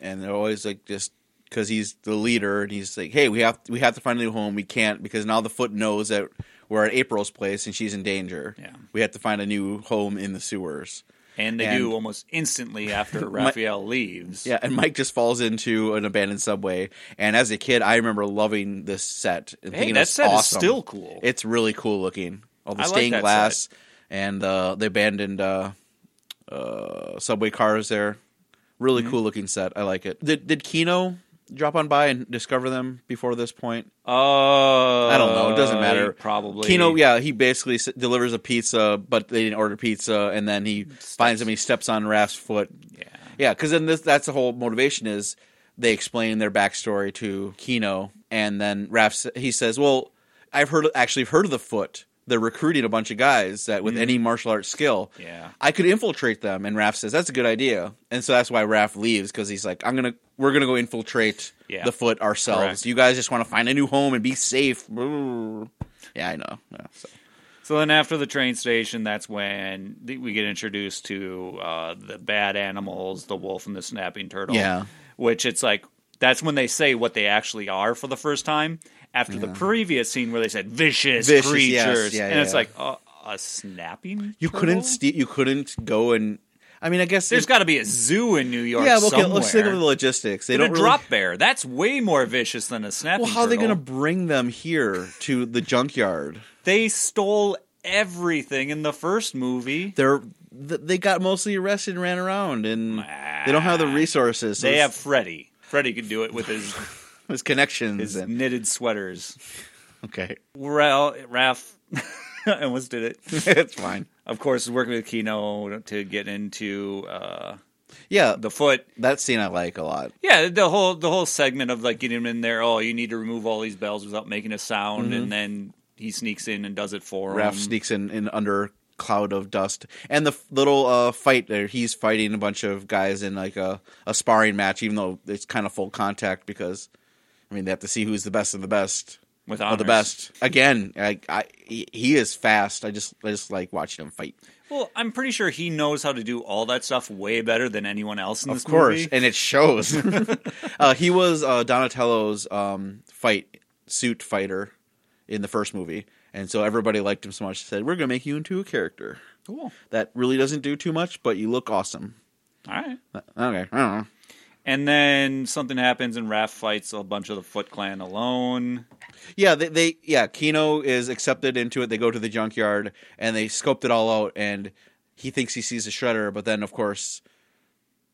S1: and they're always like just because he's the leader and he's like hey we have we have to find a new home we can't because now the foot knows that we're at april's place and she's in danger
S2: Yeah.
S1: we have to find a new home in the sewers
S2: And they
S1: And-
S2: do almost instantly after Raphael leaves.
S1: yeah and mike just falls into an abandoned subway and as a kid i remember loving this set and
S2: Hey,
S1: thinking it
S2: that
S1: was
S2: set
S1: awesome.
S2: is still cool.
S1: it's really cool looking all the
S2: I like
S1: stained
S2: that
S1: glass and uh, the abandoned uh, uh, subway cars there
S2: Mm-hmm.
S1: really cool looking set i like it did, did kino drop on by and discover them before this point
S2: uh,
S1: i don't know it doesn't matter
S2: Probably.
S1: kino yeah he basically s- delivers a pizza but they didn't order pizza and then he finds him he steps on raph's foot
S2: Yeah.
S1: yeah because then this, that's the whole motivation is they explain their backstory to Kino, and then Raph s- he says, "Well, I've heard actually heard of the Foot. They're recruiting a bunch of guys that with any martial arts skill,
S2: Mm-hmm. Yeah.
S1: I could infiltrate them." And Raph says, "That's a good idea," and so that's why Raph leaves because he's like, "I'm gonna, we're gonna go infiltrate
S2: Yeah.
S1: the Foot ourselves.
S2: Correct.
S1: You guys just want to find a new home and be safe." Brr. Yeah, I know. Yeah, so.
S2: So then, after the train station, that's when th- we get introduced to uh, the bad animals, the wolf and the snapping turtle.
S1: Yeah.
S2: Which it's like, that's when they say what they actually are for the first time after the previous scene where they said vicious,
S1: Vicious, yes,
S2: creatures.
S1: yeah,
S2: and it's
S1: yeah.
S2: like, uh, a snapping?
S1: You
S2: turtle?
S1: couldn't ste- you couldn't go and I mean I guess
S2: There's
S1: it-
S2: got to be a zoo in New York
S1: yeah well, okay,
S2: somewhere.
S1: let's think of the logistics. They
S2: But a
S1: don't really,
S2: drop bear. That's way more vicious than a snapping
S1: Well, how are they going to
S2: turtle.
S1: bring them here to the junkyard?
S2: They stole everything in the first movie.
S1: They're th- they got mostly arrested and ran around, and they don't have the resources. So
S2: Ah. They have
S1: it's-
S2: Freddy. Freddy could do it with his
S1: it's connections.
S2: his
S1: and,
S2: knitted sweaters.
S1: okay,
S2: Well, Raph I almost did it.
S1: it's fine.
S2: Of course, working with Kino to get into uh,
S1: Yeah,
S2: the foot.
S1: that scene I like a lot.
S2: Yeah, the whole the whole segment of like getting him in there. Oh, you need to remove all these bells without making a sound,
S1: Mm-hmm.
S2: and then he sneaks in and does it for
S1: Raph
S2: him.
S1: sneaks in, in under cloud of dust, and the f- little uh, fight there, he's fighting a bunch of guys in like a, a sparring match, even though it's kind of full contact because, I mean, they have to see who's the best of the best
S2: With
S1: of the
S2: honors.
S1: best. Again, I, I he he is fast. I just I just like watching him fight,
S2: Well, I'm pretty sure he knows how to do all that stuff way better than anyone else in this
S1: of course,
S2: movie.
S1: and it shows. uh, he was uh, Donatello's um, fight suit fighter in the first movie. And so everybody liked him so much. Said, "We're going to make you into a character
S2: Cool.
S1: that really doesn't do too much, but you look awesome."
S2: All right.
S1: Okay, I don't know.
S2: And then something happens, and Raph fights a bunch of the Foot Clan alone.
S1: Yeah, they, they yeah, Kino is accepted into it. They go to the junkyard and they scoped it all out, and he thinks he sees a shredder, but then of course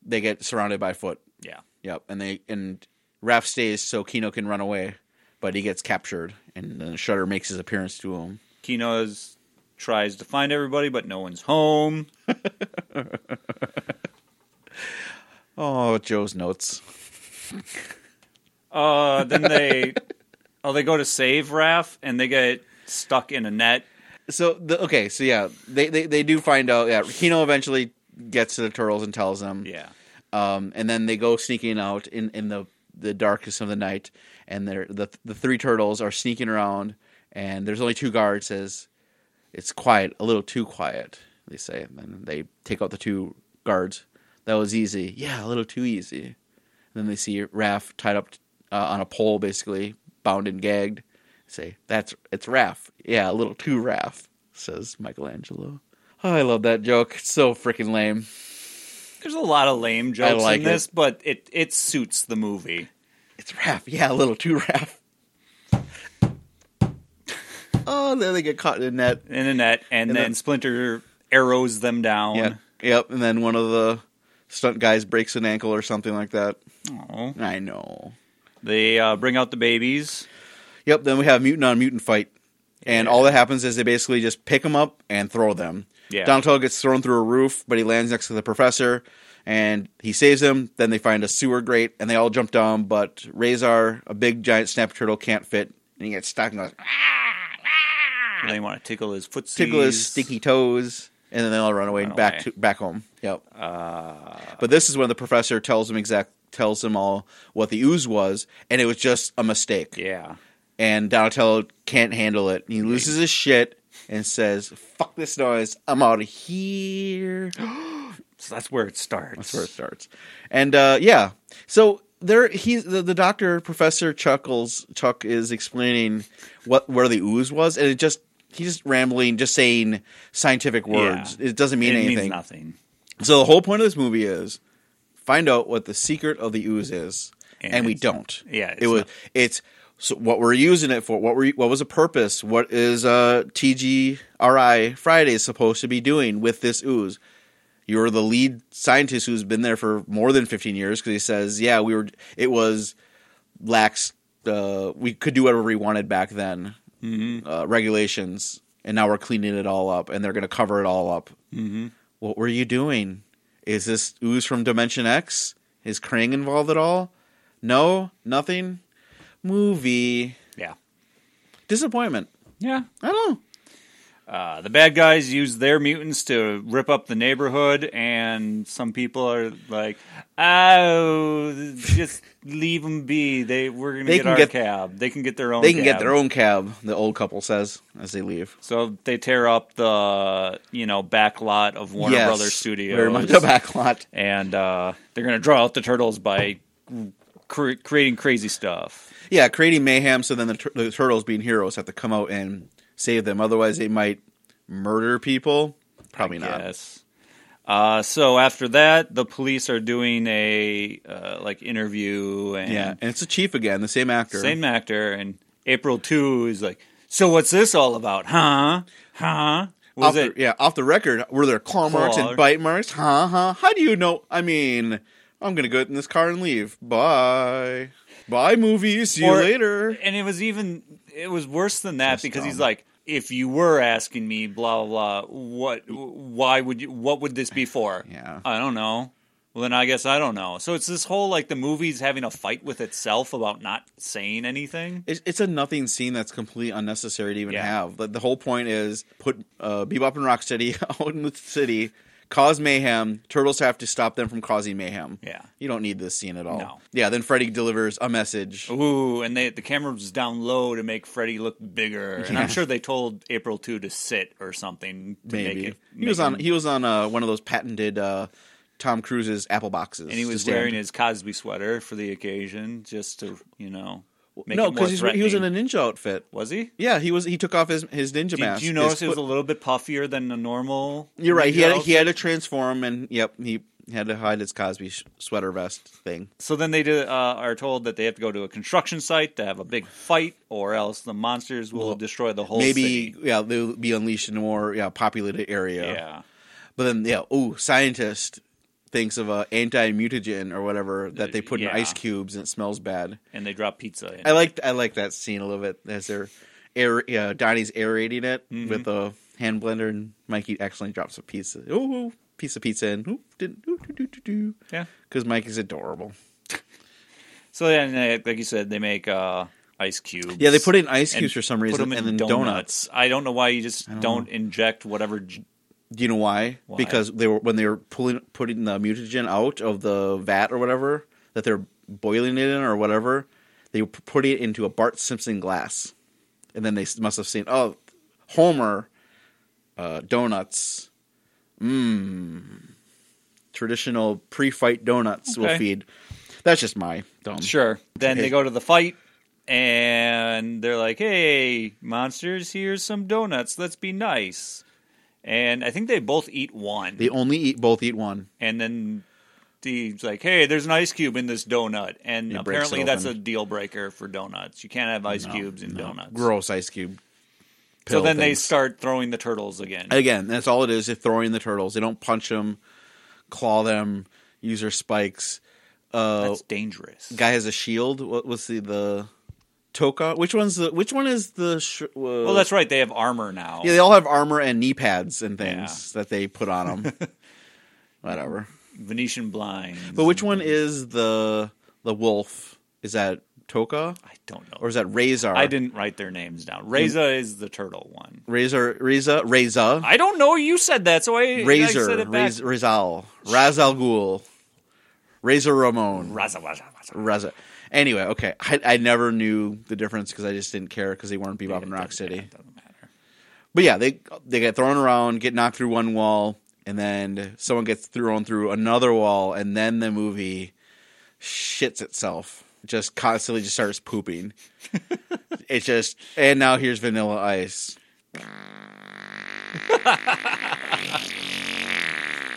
S1: they get surrounded by Foot.
S2: Yeah.
S1: Yep, and they and Raph stays so Kino can run away, but he gets captured, and then Shredder makes his appearance to him.
S2: Kino's tries to find everybody, but no one's home.
S1: Oh, Joe's notes.
S2: Uh, then they, oh, they go to save Raph, and they get stuck in a net.
S1: So the, okay, so yeah, they, they they do find out. Yeah, Kino eventually gets to the turtles and tells them.
S2: Yeah.
S1: um, and then they go sneaking out in, in the, the darkness of the night, and they're, the the three turtles are sneaking around, and there's only two guards. Says it's quiet, a little too quiet. They say, and then they take out the two guards. That was easy, yeah, a little too easy. And then they see Raph tied up uh, on a pole, basically bound and gagged. Say that's it's Raph, yeah, a little too Raph. Says Michelangelo. Oh, I love that joke. It's so freaking lame.
S2: There's a lot of lame jokes
S1: like
S2: in this, but it it suits the movie.
S1: It's Raph. Yeah, a little too Raph. Oh, then they get caught in a net.
S2: In a net, and,
S1: And
S2: then,
S1: then-
S2: Splinter arrows them down.
S1: Yep. Yep. And then one of the stunt guys breaks an ankle or something like that.
S2: Aw.
S1: I know.
S2: They uh, bring out the babies.
S1: Yep. Then we have mutant on mutant fight. And all that happens is they basically just pick them up and throw them.
S2: Yeah.
S1: Donatello gets thrown through a roof, but he lands next to the professor and he saves him. Then they find a sewer grate and they all jump down, but Razor, a big giant snap turtle, can't fit. And he gets stuck and goes,
S2: And they want to tickle his footsies.
S1: tickle his sticky toes, and then they'll run away
S2: Run
S1: back
S2: away. Uh.
S1: to back home. Yep. but this is when the professor tells him exact tells him all what the ooze was, and it was just a mistake.
S2: Yeah.
S1: And Donatello can't handle it. He loses his shit and says, "Fuck this noise! I'm out of here."
S2: So that's where it starts.
S1: That's where it starts. And uh, yeah, so there he's the, the doctor professor chuckles chuck is explaining what where the ooze was and it just he's just rambling just saying scientific words
S2: Yeah.
S1: it doesn't mean
S2: it
S1: anything
S2: means nothing.
S1: so the whole point of this movie is find out what the secret of the ooze is,
S2: And
S1: and, we
S2: it's-
S1: don't.
S2: yeah, it's
S1: it was.
S2: not.
S1: It's so what we're using it for. What were you, what was the purpose? What is uh, TGRI Friday supposed to be doing with this ooze? You're the lead scientist who's been there for more than 15 years because he says, yeah, we were. It was lax. Uh, we could do whatever we wanted back then.
S2: Mm-hmm,
S1: Uh, regulations, and now we're cleaning it all up, and they're going to cover it all up
S2: mm-hmm.
S1: what were you doing? Is this ooze from Dimension X? Is Krang involved at all? No, nothing. Movie
S2: Yeah.
S1: disappointment.
S2: Yeah.
S1: I don't. know.
S2: Uh, the bad guys use their mutants to rip up the neighborhood, and some people are like, "Oh, just leave them be. They we're gonna
S1: They
S2: get
S1: can
S2: our
S1: get-
S2: cab. They can get their own.
S1: They can get
S2: cab."
S1: their own cab. The old couple says as they leave.
S2: So they tear up the you know back lot of Warner
S1: Yes,
S2: Brothers Studios,
S1: Very much a back lot.
S2: and uh, they're gonna draw out the turtles by cre- creating crazy stuff.
S1: Yeah, creating mayhem. So then the, tur- the turtles, being heroes, have to come out and save them. Otherwise, they might murder people. Probably not.
S2: Yes. Uh, so after that, the police are doing a uh, like interview and
S1: Yeah, and it's the chief again, the same actor.
S2: Same actor, and April two is like, so what's this all about, huh? Huh? Was
S1: off the-
S2: it?
S1: yeah, off the record, were there claw marks
S2: Claw.
S1: and bite marks? Huh? Huh? How do you know? I mean, I'm gonna go in this car and leave. Bye. Bye, movie. See
S2: Or-
S1: you later.
S2: And it was even it was worse than that
S1: That's
S2: because he's
S1: dumb.
S2: like, if you were asking me, blah blah, blah what? Why would you? What would this be for?
S1: Yeah.
S2: I don't know. Well, then I guess I don't know. So it's this whole like the movie's having a fight with itself about not saying anything.
S1: It's, it's a nothing scene that's completely unnecessary to even
S2: Yeah.
S1: have. But the whole point is put uh, Bebop and Rocksteady out in the city, cause mayhem. Turtles have to stop them from causing mayhem.
S2: Yeah.
S1: You don't need this scene at all.
S2: No.
S1: Yeah, then Freddy delivers a message.
S2: Ooh, and they the camera was down low to make Freddy look bigger. And I'm sure they told April two to sit or something to
S1: Maybe
S2: make it.
S1: he was
S2: make
S1: on
S2: him-
S1: he was on uh, one of those patented uh, Tom Cruise's Apple boxes,
S2: and he was wearing his Cosby sweater for the occasion, just to you know make
S1: no
S2: it more
S1: because he was in a
S2: threatening.
S1: ninja outfit.
S2: was he?
S1: Yeah, he was. He took off his his ninja mask.
S2: Did you
S1: his
S2: notice it was
S1: foot-
S2: a little bit puffier than the normal?
S1: You're right. He had
S2: ninja
S1: he
S2: outfit?
S1: had to transform, and yep, he had to hide his Cosby sh- sweater vest thing.
S2: So then they do, uh, are told that they have to go to a construction site to have a big fight, or else the monsters will destroy the whole
S1: Maybe
S2: city.
S1: yeah, they'll be unleashed in a more yeah populated area.
S2: Yeah.
S1: But then yeah, ooh, scientist thinks of a anti mutagen or whatever that they put
S2: Uh, Yeah.
S1: in ice cubes and it smells bad.
S2: and they drop pizza. In.
S1: I liked I like that scene a little bit as they're air, uh, Donnie's aerating it
S2: Mm-hmm.
S1: with a hand blender and Mikey accidentally drops a piece of ooh, piece of pizza in. Oop, didn't do do do do do.
S2: yeah.
S1: Because Mikey's adorable.
S2: So then, they, like you said, they make uh, ice cubes.
S1: Yeah, they put in ice
S2: and
S1: cubes for some
S2: put
S1: reason,
S2: them in
S1: and then donuts.
S2: donuts. I don't know why you just don't, inject whatever. j-
S1: Do you know why?
S2: Why?
S1: Because they were when they were pulling putting the mutagen out of the vat or whatever that they're boiling it in or whatever, they p- put it into a Bart Simpson glass, and then they s- must have seen oh, Homer, uh, donuts, mmm, traditional pre-fight donuts will
S2: Okay.
S1: feed. That's just my dumb.
S2: Sure. Then
S1: Hey.
S2: they go to the fight, and they're like, "Hey, monsters! Here's some donuts. Let's be nice." And I think they both eat one,
S1: They only eat both eat one.
S2: and then. He's like, hey, there's an ice cube in this donut, and
S1: He breaks it
S2: apparently that's a
S1: open.
S2: deal breaker for donuts. You can't have ice cubes in donuts.
S1: Gross ice cube.
S2: so
S1: pill
S2: then they
S1: things.
S2: start throwing the turtles again.
S1: again, that's all it is. They're throwing the turtles. They don't punch them, claw them, use their spikes. Uh,
S2: that's dangerous.
S1: guy has a shield. What was the the toka? Which one's the? Which one is the? Sh- uh,
S2: Well, that's right. They have armor now.
S1: yeah. They all have armor and knee pads and things that they put on them. Whatever.
S2: Venetian blinds.
S1: But which one is the the wolf? Is that Toka
S2: I don't know.
S1: or is that Razor?
S2: I didn't write their names down. Reza is the turtle one.
S1: Razor Reza Reza
S2: I don't know. You said that, so I I said
S1: Razor
S2: it back.
S1: Raz- Razal Razal Ghul Razor Ramon.
S2: Raza, raza, raza.
S1: Reza. Anyway, okay. I, I never knew the difference because I just didn't care because they weren't Bebop and Rocksteady.
S2: Yeah, it doesn't matter.
S1: But yeah, they they get thrown around, get knocked through one wall, and then someone gets thrown through another wall, and then the movie shits itself. Just constantly just starts pooping. it's just and now here's Vanilla Ice.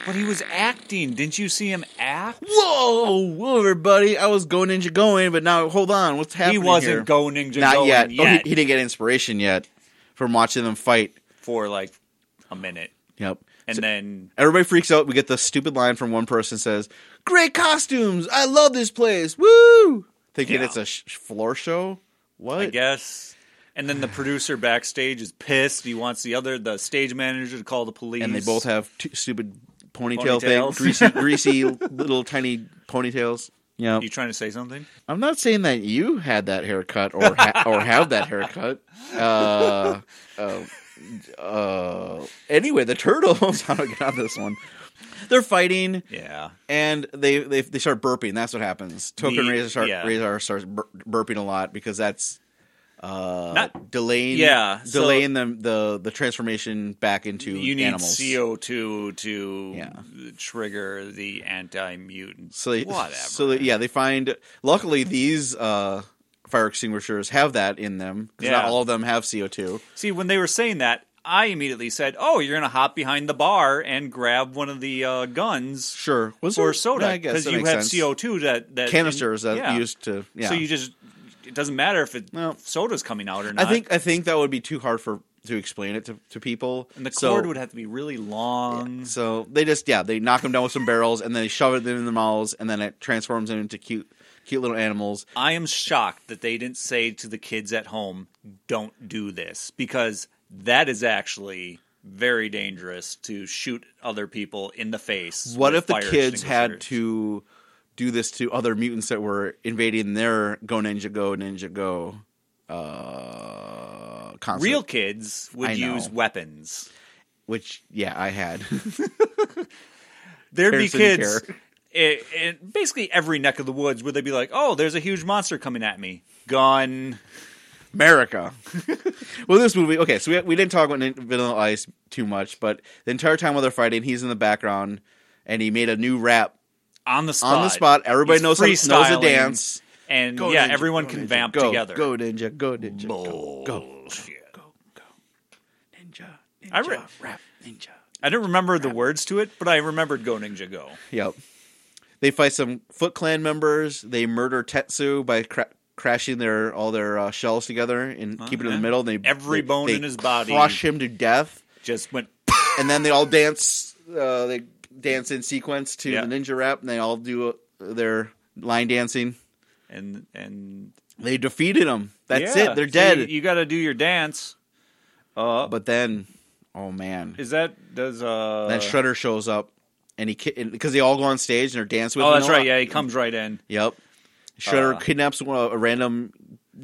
S2: But he was acting. Didn't you see him act?
S1: Whoa, whoa, everybody! I was going ninja going, but now hold on, what's
S2: He
S1: happening?
S2: wasn't
S1: here?
S2: going ninja
S1: not
S2: going
S1: yet.
S2: yet,
S1: Oh, he, he didn't get inspiration yet from watching them fight.
S2: for like a minute,
S1: Yep.
S2: and then
S1: Everybody freaks out. We get the stupid line from one person says, "Great costumes! I love this place! Woo!" Thinking
S2: Yeah.
S1: it's a sh- floor show.
S2: I
S1: What?
S2: guess. And then the producer backstage is pissed. He wants the other, the stage manager, to call the police.
S1: And they both have two stupid ponytail
S2: Ponytails.
S1: things, greasy, greasy little tiny ponytails. Yeah.
S2: You trying to say something?
S1: I'm not saying that you had that haircut or ha- or have that haircut. Uh, uh, uh, anyway, the turtles. How do I get on this one? They're fighting
S2: Yeah.
S1: and they, they they start burping. That's what happens. Token
S2: The-
S1: Razor start,
S2: yeah.
S1: Razor starts bur- burping a lot because that's uh,
S2: Not-
S1: delaying
S2: yeah, so-
S1: delaying the, the the transformation back into
S2: You need
S1: animals.
S2: CO2 to
S1: Yeah.
S2: trigger the anti mutant.
S1: So they,
S2: Whatever.
S1: So they, yeah, they find. Luckily, these uh, fire extinguishers have that in them 'cause not
S2: Yeah.
S1: all of them have CO two.
S2: See, when they were saying that, I immediately said, "Oh, you're gonna hop behind the bar and grab one of the uh, guns
S1: Sure, was
S2: for
S1: there- yeah,
S2: soda
S1: I guess
S2: because
S1: that
S2: you
S1: makes
S2: have
S1: sense.
S2: CO two that that
S1: canisters that
S2: yeah.
S1: used to. Yeah,
S2: So you just it doesn't matter if it,
S1: No.
S2: soda's coming out or
S1: I
S2: not.
S1: think I think that would be too hard for to explain it to, to people.
S2: and the
S1: so,
S2: cord would have to be really long.
S1: So they just yeah they knock them down with some barrels and then they shove it in their mouths and then it transforms them into cute cute little animals.
S2: I am shocked that they didn't say to the kids at home, "Don't do this," because that is actually very dangerous to shoot other people in the face.
S1: What
S2: with
S1: if the
S2: fire
S1: kids had
S2: extinguishers.
S1: to do this to other mutants that were invading their Go Ninja Go Ninja Go uh, concert?
S2: Real kids
S1: I
S2: would
S1: know.
S2: use weapons.
S1: which yeah, I had.
S2: There'd be
S1: Parents didn't
S2: kids
S1: care.
S2: in, in basically every neck of the woods where they'd be like, "Oh, there's a huge monster coming at me." Gun.
S1: America. well, this movie. Okay, so we, we didn't talk about Vanilla Ice too much, but the entire time while they're fighting, he's in the background, and he made a new rap
S2: on the spot.
S1: on the spot. Everybody
S2: He's
S1: knows how, knows the
S2: freestyling,
S1: dance.
S2: and
S1: Go,
S2: yeah,
S1: ninja,
S2: everyone
S1: go,
S2: can
S1: ninja,
S2: vamp
S1: go,
S2: together.
S1: Go ninja, go ninja, go, go,
S2: Bullshit.
S1: go, go, ninja, ninja,
S2: I re-
S1: rap, ninja.
S2: I don't remember the words to it, but I remembered Go Ninja Go.
S1: Yep. They fight some Foot Clan members. They murder Tetsu by cra- crashing their all their uh, shells together and keep it in
S2: yeah.
S1: the middle. They
S2: Every
S1: they-
S2: bone
S1: they
S2: in his body.
S1: crush him to death.
S2: Just went.
S1: and then they all dance. Uh, they dance in sequence to
S2: Yeah.
S1: the ninja rap, and they all do uh, their line dancing.
S2: And and
S1: They defeated them. That's
S2: yeah,
S1: it. They're
S2: so
S1: dead.
S2: you got to do your dance.
S1: but then, oh man,
S2: Is that does uh?
S1: then Shredder shows up, and he because they all go on stage and they're dancing with.
S2: oh,
S1: him
S2: that's
S1: a lot.
S2: right. Yeah, he comes right in.
S1: Yep. Shredder
S2: Uh,
S1: kidnaps one, a random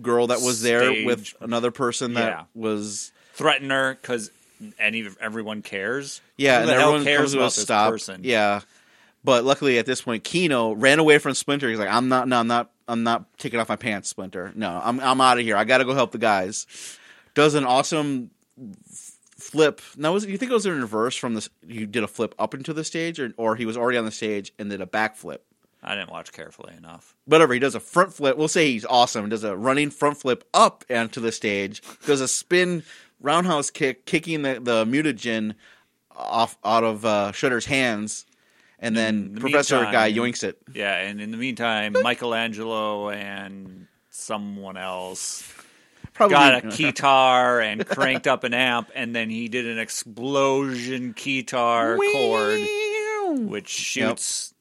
S1: girl that was there with
S2: Stage.
S1: another person that
S2: Yeah.
S1: was.
S2: Threaten her because any everyone cares.
S1: Yeah,
S2: Who
S1: and
S2: the hell
S1: everyone
S2: cares
S1: comes to
S2: about
S1: a
S2: this
S1: stop.
S2: Person?
S1: Yeah, but luckily at this point, Kino ran away from Splinter. He's like, "I'm not, no, I'm not, I'm not taking off my pants, Splinter. No, I'm, I'm out of here. I got to go help the guys." Does an awesome f- flip. Now, was it- you think it was in reverse from this? You did a flip up into the stage, or, or he was already on the stage and did a backflip.
S2: I didn't watch carefully enough.
S1: Whatever, he does a front flip. We'll say he's awesome. Does a running front flip up onto the stage. Does a spin roundhouse kick, kicking the, the mutagen off out of uh, Shredder's hands, and then
S2: the
S1: Professor
S2: meantime-
S1: Guy yoinks it.
S2: Yeah, and in the meantime, Michelangelo and someone else
S1: Probably
S2: got a guitar and cranked up an amp, and then he did an explosion guitar chord, which shoots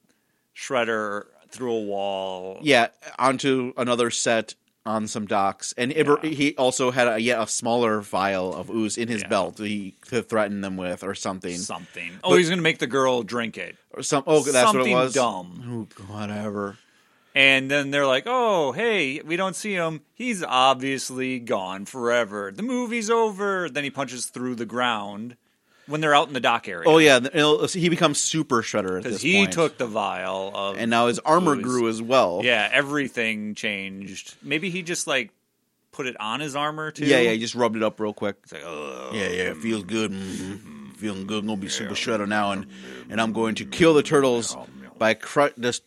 S2: Shredder through a wall.
S1: Yeah, onto another set on some docks, and Iber- he also had a yet a smaller vial of ooze in his
S2: Yeah.
S1: belt. He to threaten them with or something.
S2: Something. Oh, he's gonna make the girl drink it.
S1: or some. Oh, that's what
S2: something
S1: it was.
S2: dumb.
S1: Oh, whatever.
S2: And then they're like, "Oh, hey, we don't see him. He's obviously gone forever. The movie's over." Then he punches through the ground when they're out in the dock area.
S1: Oh yeah, the- it'll- he becomes Super Shredder at
S2: because
S1: this
S2: he
S1: point.
S2: took the vial of
S1: and now his armor
S2: Ooze.
S1: grew as well.
S2: yeah everything changed maybe he just like put it on his armor too Oh, hmm.
S1: yeah, yeah. He just rubbed it up real quick.
S2: It's like, "Ugh."
S1: Yeah, yeah. It feels good.
S2: Hmm.
S1: Mm-hmm. Feeling good. I'm gonna be Super Shredder now, and and I'm going to kill the turtles
S2: Oh,
S1: by cru- just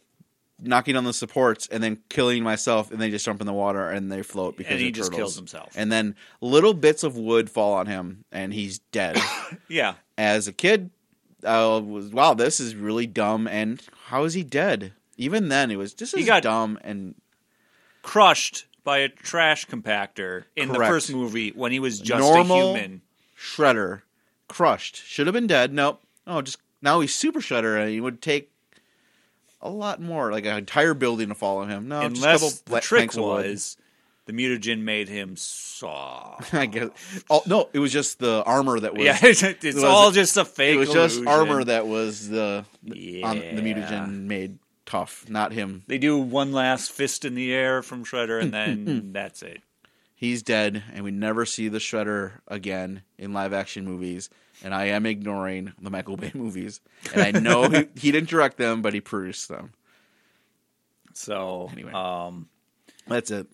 S1: knocking on the supports and then killing myself, and they just jump in the water and they float because
S2: And he
S1: they're
S2: just
S1: turtles.
S2: kills himself.
S1: And then little bits of wood fall on him, and he's dead.
S2: yeah
S1: As a kid, I was wow, this is really dumb. And how is he dead? Even then, it was this is
S2: got-
S1: dumb and
S2: crushed by a trash compactor in the
S1: Correct.
S2: first movie when he was just
S1: Normal-
S2: a human
S1: Shredder, crushed. Should have been dead. Nope. Oh, just now he's Super Shredder, and he would take a lot more, like an entire building to follow him. No, just a couple
S2: unless the
S1: pla-
S2: trick
S1: planks of wood.
S2: was the mutagen made him soft
S1: I guess. Oh no, it was just the armor that was.
S2: yeah it's, it's
S1: was-
S2: all just a
S1: it
S2: fake
S1: was just
S2: illusion.
S1: armor that was the
S2: yeah
S1: on the mutagen made tough. Not him.
S2: They do one last fist in the air from Shredder, and then that's it.
S1: He's dead, and we never see the Shredder again in live action movies. And I am ignoring the Michael Bay movies. And I know he, he didn't direct them, but he produced them.
S2: So
S1: Anyway.
S2: um,
S1: That's it.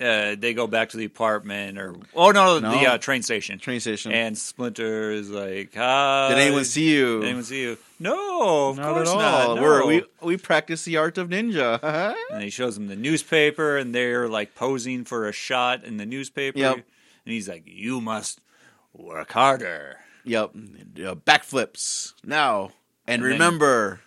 S2: uh, they go back to the apartment, or oh no,
S1: No.
S2: the uh, train station.
S1: Train station.
S2: And Splinter is like, "Hi,
S1: uh, Did anyone see you?
S2: Did anyone see you? No, of
S1: not at
S2: course
S1: all.
S2: not. No.
S1: We're, we we practice the art of ninja.
S2: And he shows them the newspaper, and they're like posing for a shot in the newspaper.
S1: Yep.
S2: And he's like, "You must work harder."
S1: Yep. Uh, Backflips now. And, Uh,
S2: And then-
S1: remember,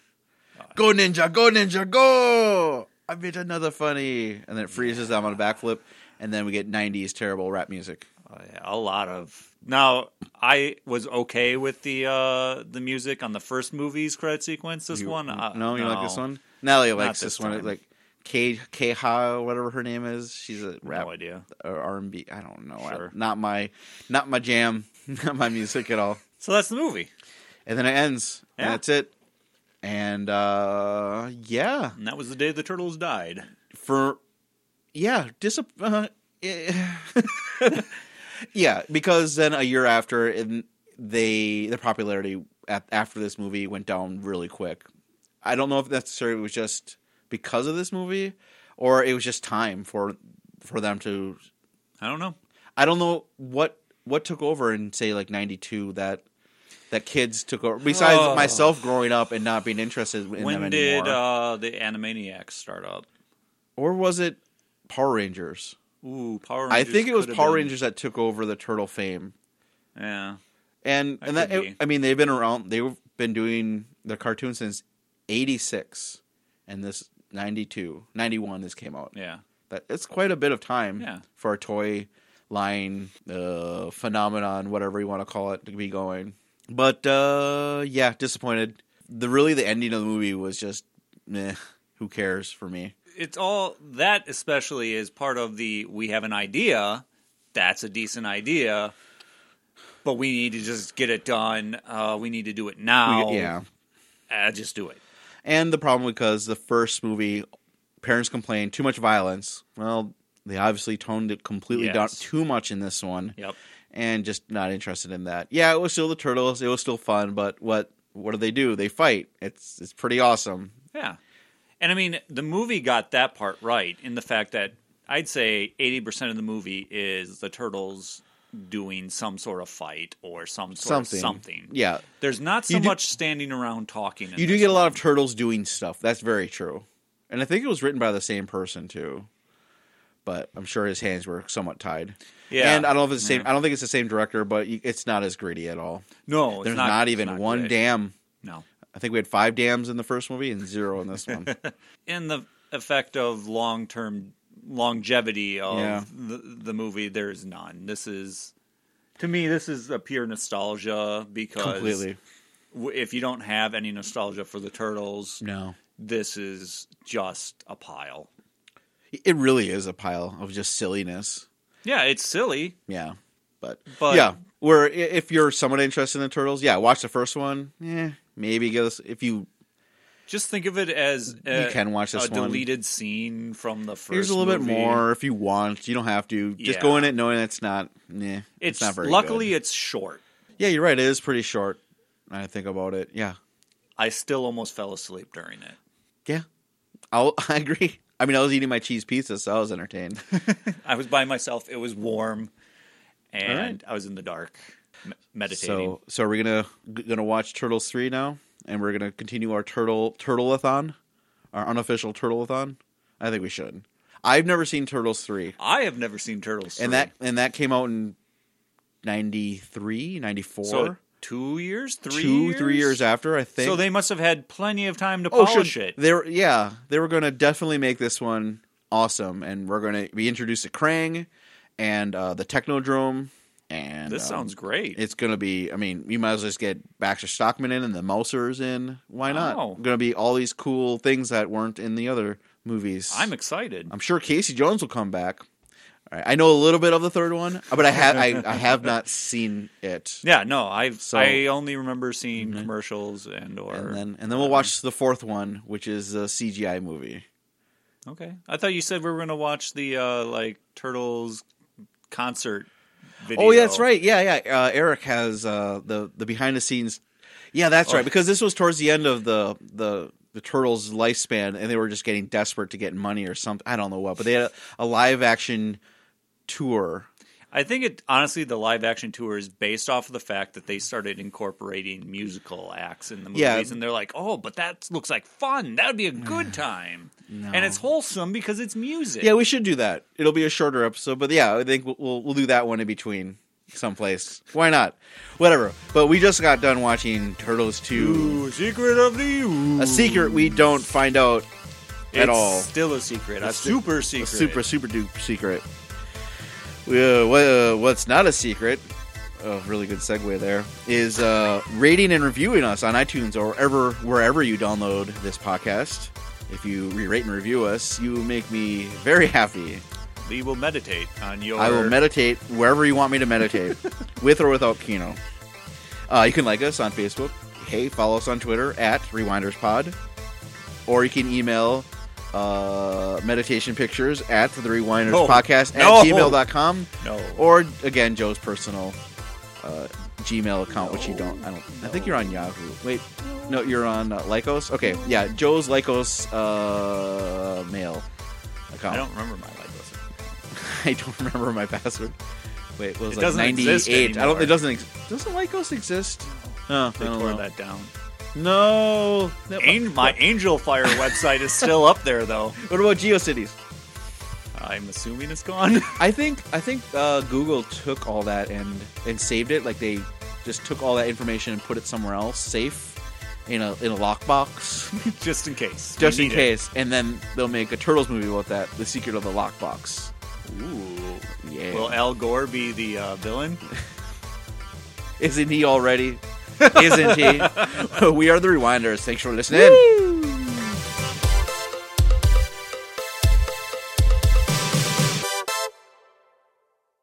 S1: go ninja, go ninja, go! I made another funny. And then it freezes them on a backflip. And then we get 90s terrible rap music.
S2: Oh, yeah, a lot of now. I was okay with the uh, the music on the first movie's credit sequence. This
S1: You-
S2: one, uh,
S1: no, you like this one? Natalie likes
S2: this
S1: this, one.
S2: time.
S1: Like K Keha, whatever her name is. She's a rap
S2: No idea.
S1: or R and B. I don't know. I-
S2: Sure.
S1: not my not my jam. Not my music at all.
S2: So that's the movie.
S1: And then it ends.
S2: Yeah.
S1: And that's it. And uh yeah.
S2: And that was the day the turtles died.
S1: for yeah disap- uh, eh. yeah because then a year after and they the popularity at, after this movie went down really quick i don't know if necessarily it was just because of this movie or it was just time for for them to
S2: I don't know.
S1: i don't know what what took over in say like 92 that that kids took over besides
S2: Oh.
S1: myself growing up and not being interested in
S2: when
S1: them
S2: did
S1: anymore
S2: uh, the Animaniacs start up?
S1: or was it power rangers
S2: Ooh, Power
S1: I
S2: Rangers.
S1: think it was
S2: could have
S1: Power
S2: been-
S1: Rangers that took over the turtle fame,
S2: Yeah.
S1: and
S2: That
S1: and that
S2: could be.
S1: I mean they've been around. They've been doing their cartoon since '86, and this '92, '91 this came out.
S2: Yeah.
S1: That it's quite a bit of time
S2: Yeah.
S1: for a toy line uh, phenomenon, whatever you want to call it, to be going. But uh, yeah, disappointed. The really the ending of the movie was just, meh, who cares for me?
S2: It's all that especially is part of the we have an idea. That's a decent idea. But we need to just get it done. Uh, we need to do it now.
S1: yeah.
S2: Uh, just do it.
S1: and the problem because the first movie parents complained too much violence well they obviously toned it completely down
S2: Yes.
S1: too much in this one
S2: Yep.
S1: and just not interested in that yeah it was still the turtles it was still fun but what what do they do they fight it's it's pretty awesome
S2: Yeah. And I mean, the movie got that part right in the fact that I'd say 80% of the movie is the turtles doing some sort of fight or some sort
S1: something
S2: of something.
S1: yeah
S2: There's not so
S1: You do-
S2: much standing around talking. in
S1: you do
S2: this
S1: get a lot
S2: one.
S1: of turtles doing stuff that's very true and i think it was written by the same person too but i'm sure his hands were somewhat tied
S2: Yeah.
S1: and i don't know if it's the same i don't think it's the same director but you- it's not as gritty at all
S2: No, it's
S1: There's not,
S2: it's
S1: even
S2: not
S1: one
S2: good.
S1: dam.
S2: No.
S1: I think we had five dams in the first movie and zero in this one.
S2: And the effect of long term longevity of
S1: Yeah.
S2: the, the movie, there's none. This is, to me, this is a pure nostalgia because
S1: Completely.
S2: w- if you don't have any nostalgia for the turtles,
S1: No.
S2: this is just a pile.
S1: It really is a pile of just silliness.
S2: Yeah, it's silly.
S1: Yeah. But,
S2: But-
S1: yeah, where i- if you're somewhat interested in the turtles, yeah, watch the first one. Yeah, maybe give us if you
S2: Just think of it as a,
S1: can watch this
S2: Eh, a
S1: one.
S2: deleted scene from the first.
S1: here's a little
S2: movie.
S1: bit more if you want. You don't have to. Just go
S2: Yeah.
S1: in it knowing it's not. Nah, it's,
S2: It's,
S1: not very.
S2: luckily
S1: good.
S2: it's short.
S1: yeah, you're right. It is pretty short. when I think about it. Yeah,
S2: I still almost fell asleep during it.
S1: yeah. I'll, I agree. I mean, I was eating my cheese pizza, so I was entertained.
S2: I was by myself. It was warm, and
S1: All right.
S2: I was in the dark, me- meditating.
S1: So, so we're gonna gonna watch Turtles three now, and we're gonna continue our turtle turtleathon, our unofficial turtleathon. I think we should. I've never seen Turtles three,
S2: I have never seen turtles,
S1: and that and that came out in 93, 94,
S2: so two years, three,
S1: two three years after I think.
S2: So they must have had plenty of time to
S1: oh
S2: polish
S1: should-
S2: it.
S1: They were yeah they were gonna definitely make this one awesome, and we're gonna be introduced to Krang and uh, the Technodrome. And
S2: This
S1: um,
S2: sounds great.
S1: it's gonna be. I mean, you might as well just get Baxter Stockman in and the Mousers in. Why not?
S2: Wow.
S1: Gonna be all these cool things that weren't in the other movies.
S2: I'm excited.
S1: I'm sure Casey Jones will come back. All right. I know a little bit of the third one, but I have I, I have not seen it.
S2: Yeah, no, I
S1: So- Mm-hmm.
S2: I only remember seeing commercials and or
S1: And then and then we'll watch the fourth one, which is a CGI movie.
S2: okay. I thought you said we were gonna watch the uh, like turtles concert. video.
S1: Oh yeah, that's right. Yeah, yeah. Uh, Eric has uh, the the behind the scenes. Yeah, that's
S2: Oh.
S1: right. Because this was towards the end of the the the turtles' lifespan, and they were just getting desperate to get money or something. I don't know what, but they had a, a live action tour.
S2: I think it honestly the live action tour is based off of the fact that they started incorporating musical acts in the movies,
S1: Yeah.
S2: and they're like, "Oh, but that looks like fun. That would be a good time, and it's wholesome because it's music."
S1: Yeah, we should do that. It'll be a shorter episode, but yeah, I think we'll- we'll we'll do that one in between someplace. Why not? Whatever. But we just got done watching Turtles Two.
S2: Ooh, secret of the ooh.
S1: A secret we don't find out at
S2: It's
S1: all.
S2: Still a secret. A,
S1: It's
S2: super
S1: a
S2: secret.
S1: super super duper secret. Uh, what, uh, what's not a secret? A really good segue there is uh, rating and reviewing us on iTunes or ever wherever you download this podcast. If you rate and review us, you make me very happy.
S2: We will meditate on your.
S1: I will meditate wherever you want me to meditate, with or without Kino. Uh, you can like us on Facebook. Hey, follow us on Twitter at RewindersPod. Or you can email uh, meditation pictures at the Rewinders
S2: No.
S1: Podcast
S2: No.
S1: at gmail.com.
S2: No.
S1: Or, again, Joe's personal uh, Gmail account, which you don't. I don't. I think you're on Yahoo. Wait, no, you're on uh, Lycos? Okay, yeah, Joe's Lycos uh, mail account.
S2: I don't remember my life lesson.
S1: I don't remember my password. Wait, it was
S2: It
S1: like
S2: doesn't exist
S1: 98. I don't.
S2: anymore.
S1: It doesn't. Ex- doesn't Lycos exist? No, I
S2: They
S1: don't
S2: tore
S1: know.
S2: that down.
S1: No. No,
S2: An- my Angel Fire website is still up there, though.
S1: What about GeoCities?
S2: I'm assuming it's gone.
S1: I think I think uh, Google took all that and and saved it. Like they just took all that information and put it somewhere else, safe in a in a lockbox,
S2: Just in case. We
S1: just in
S2: need it.
S1: case. And then they'll make a Turtles movie about that, The Secret of the Lockbox.
S2: Ooh.
S1: Yeah.
S2: Will Al Gore be the uh, villain?
S1: Isn't he already? Isn't he? we are the Rewinders. Thanks for listening.
S2: Woo!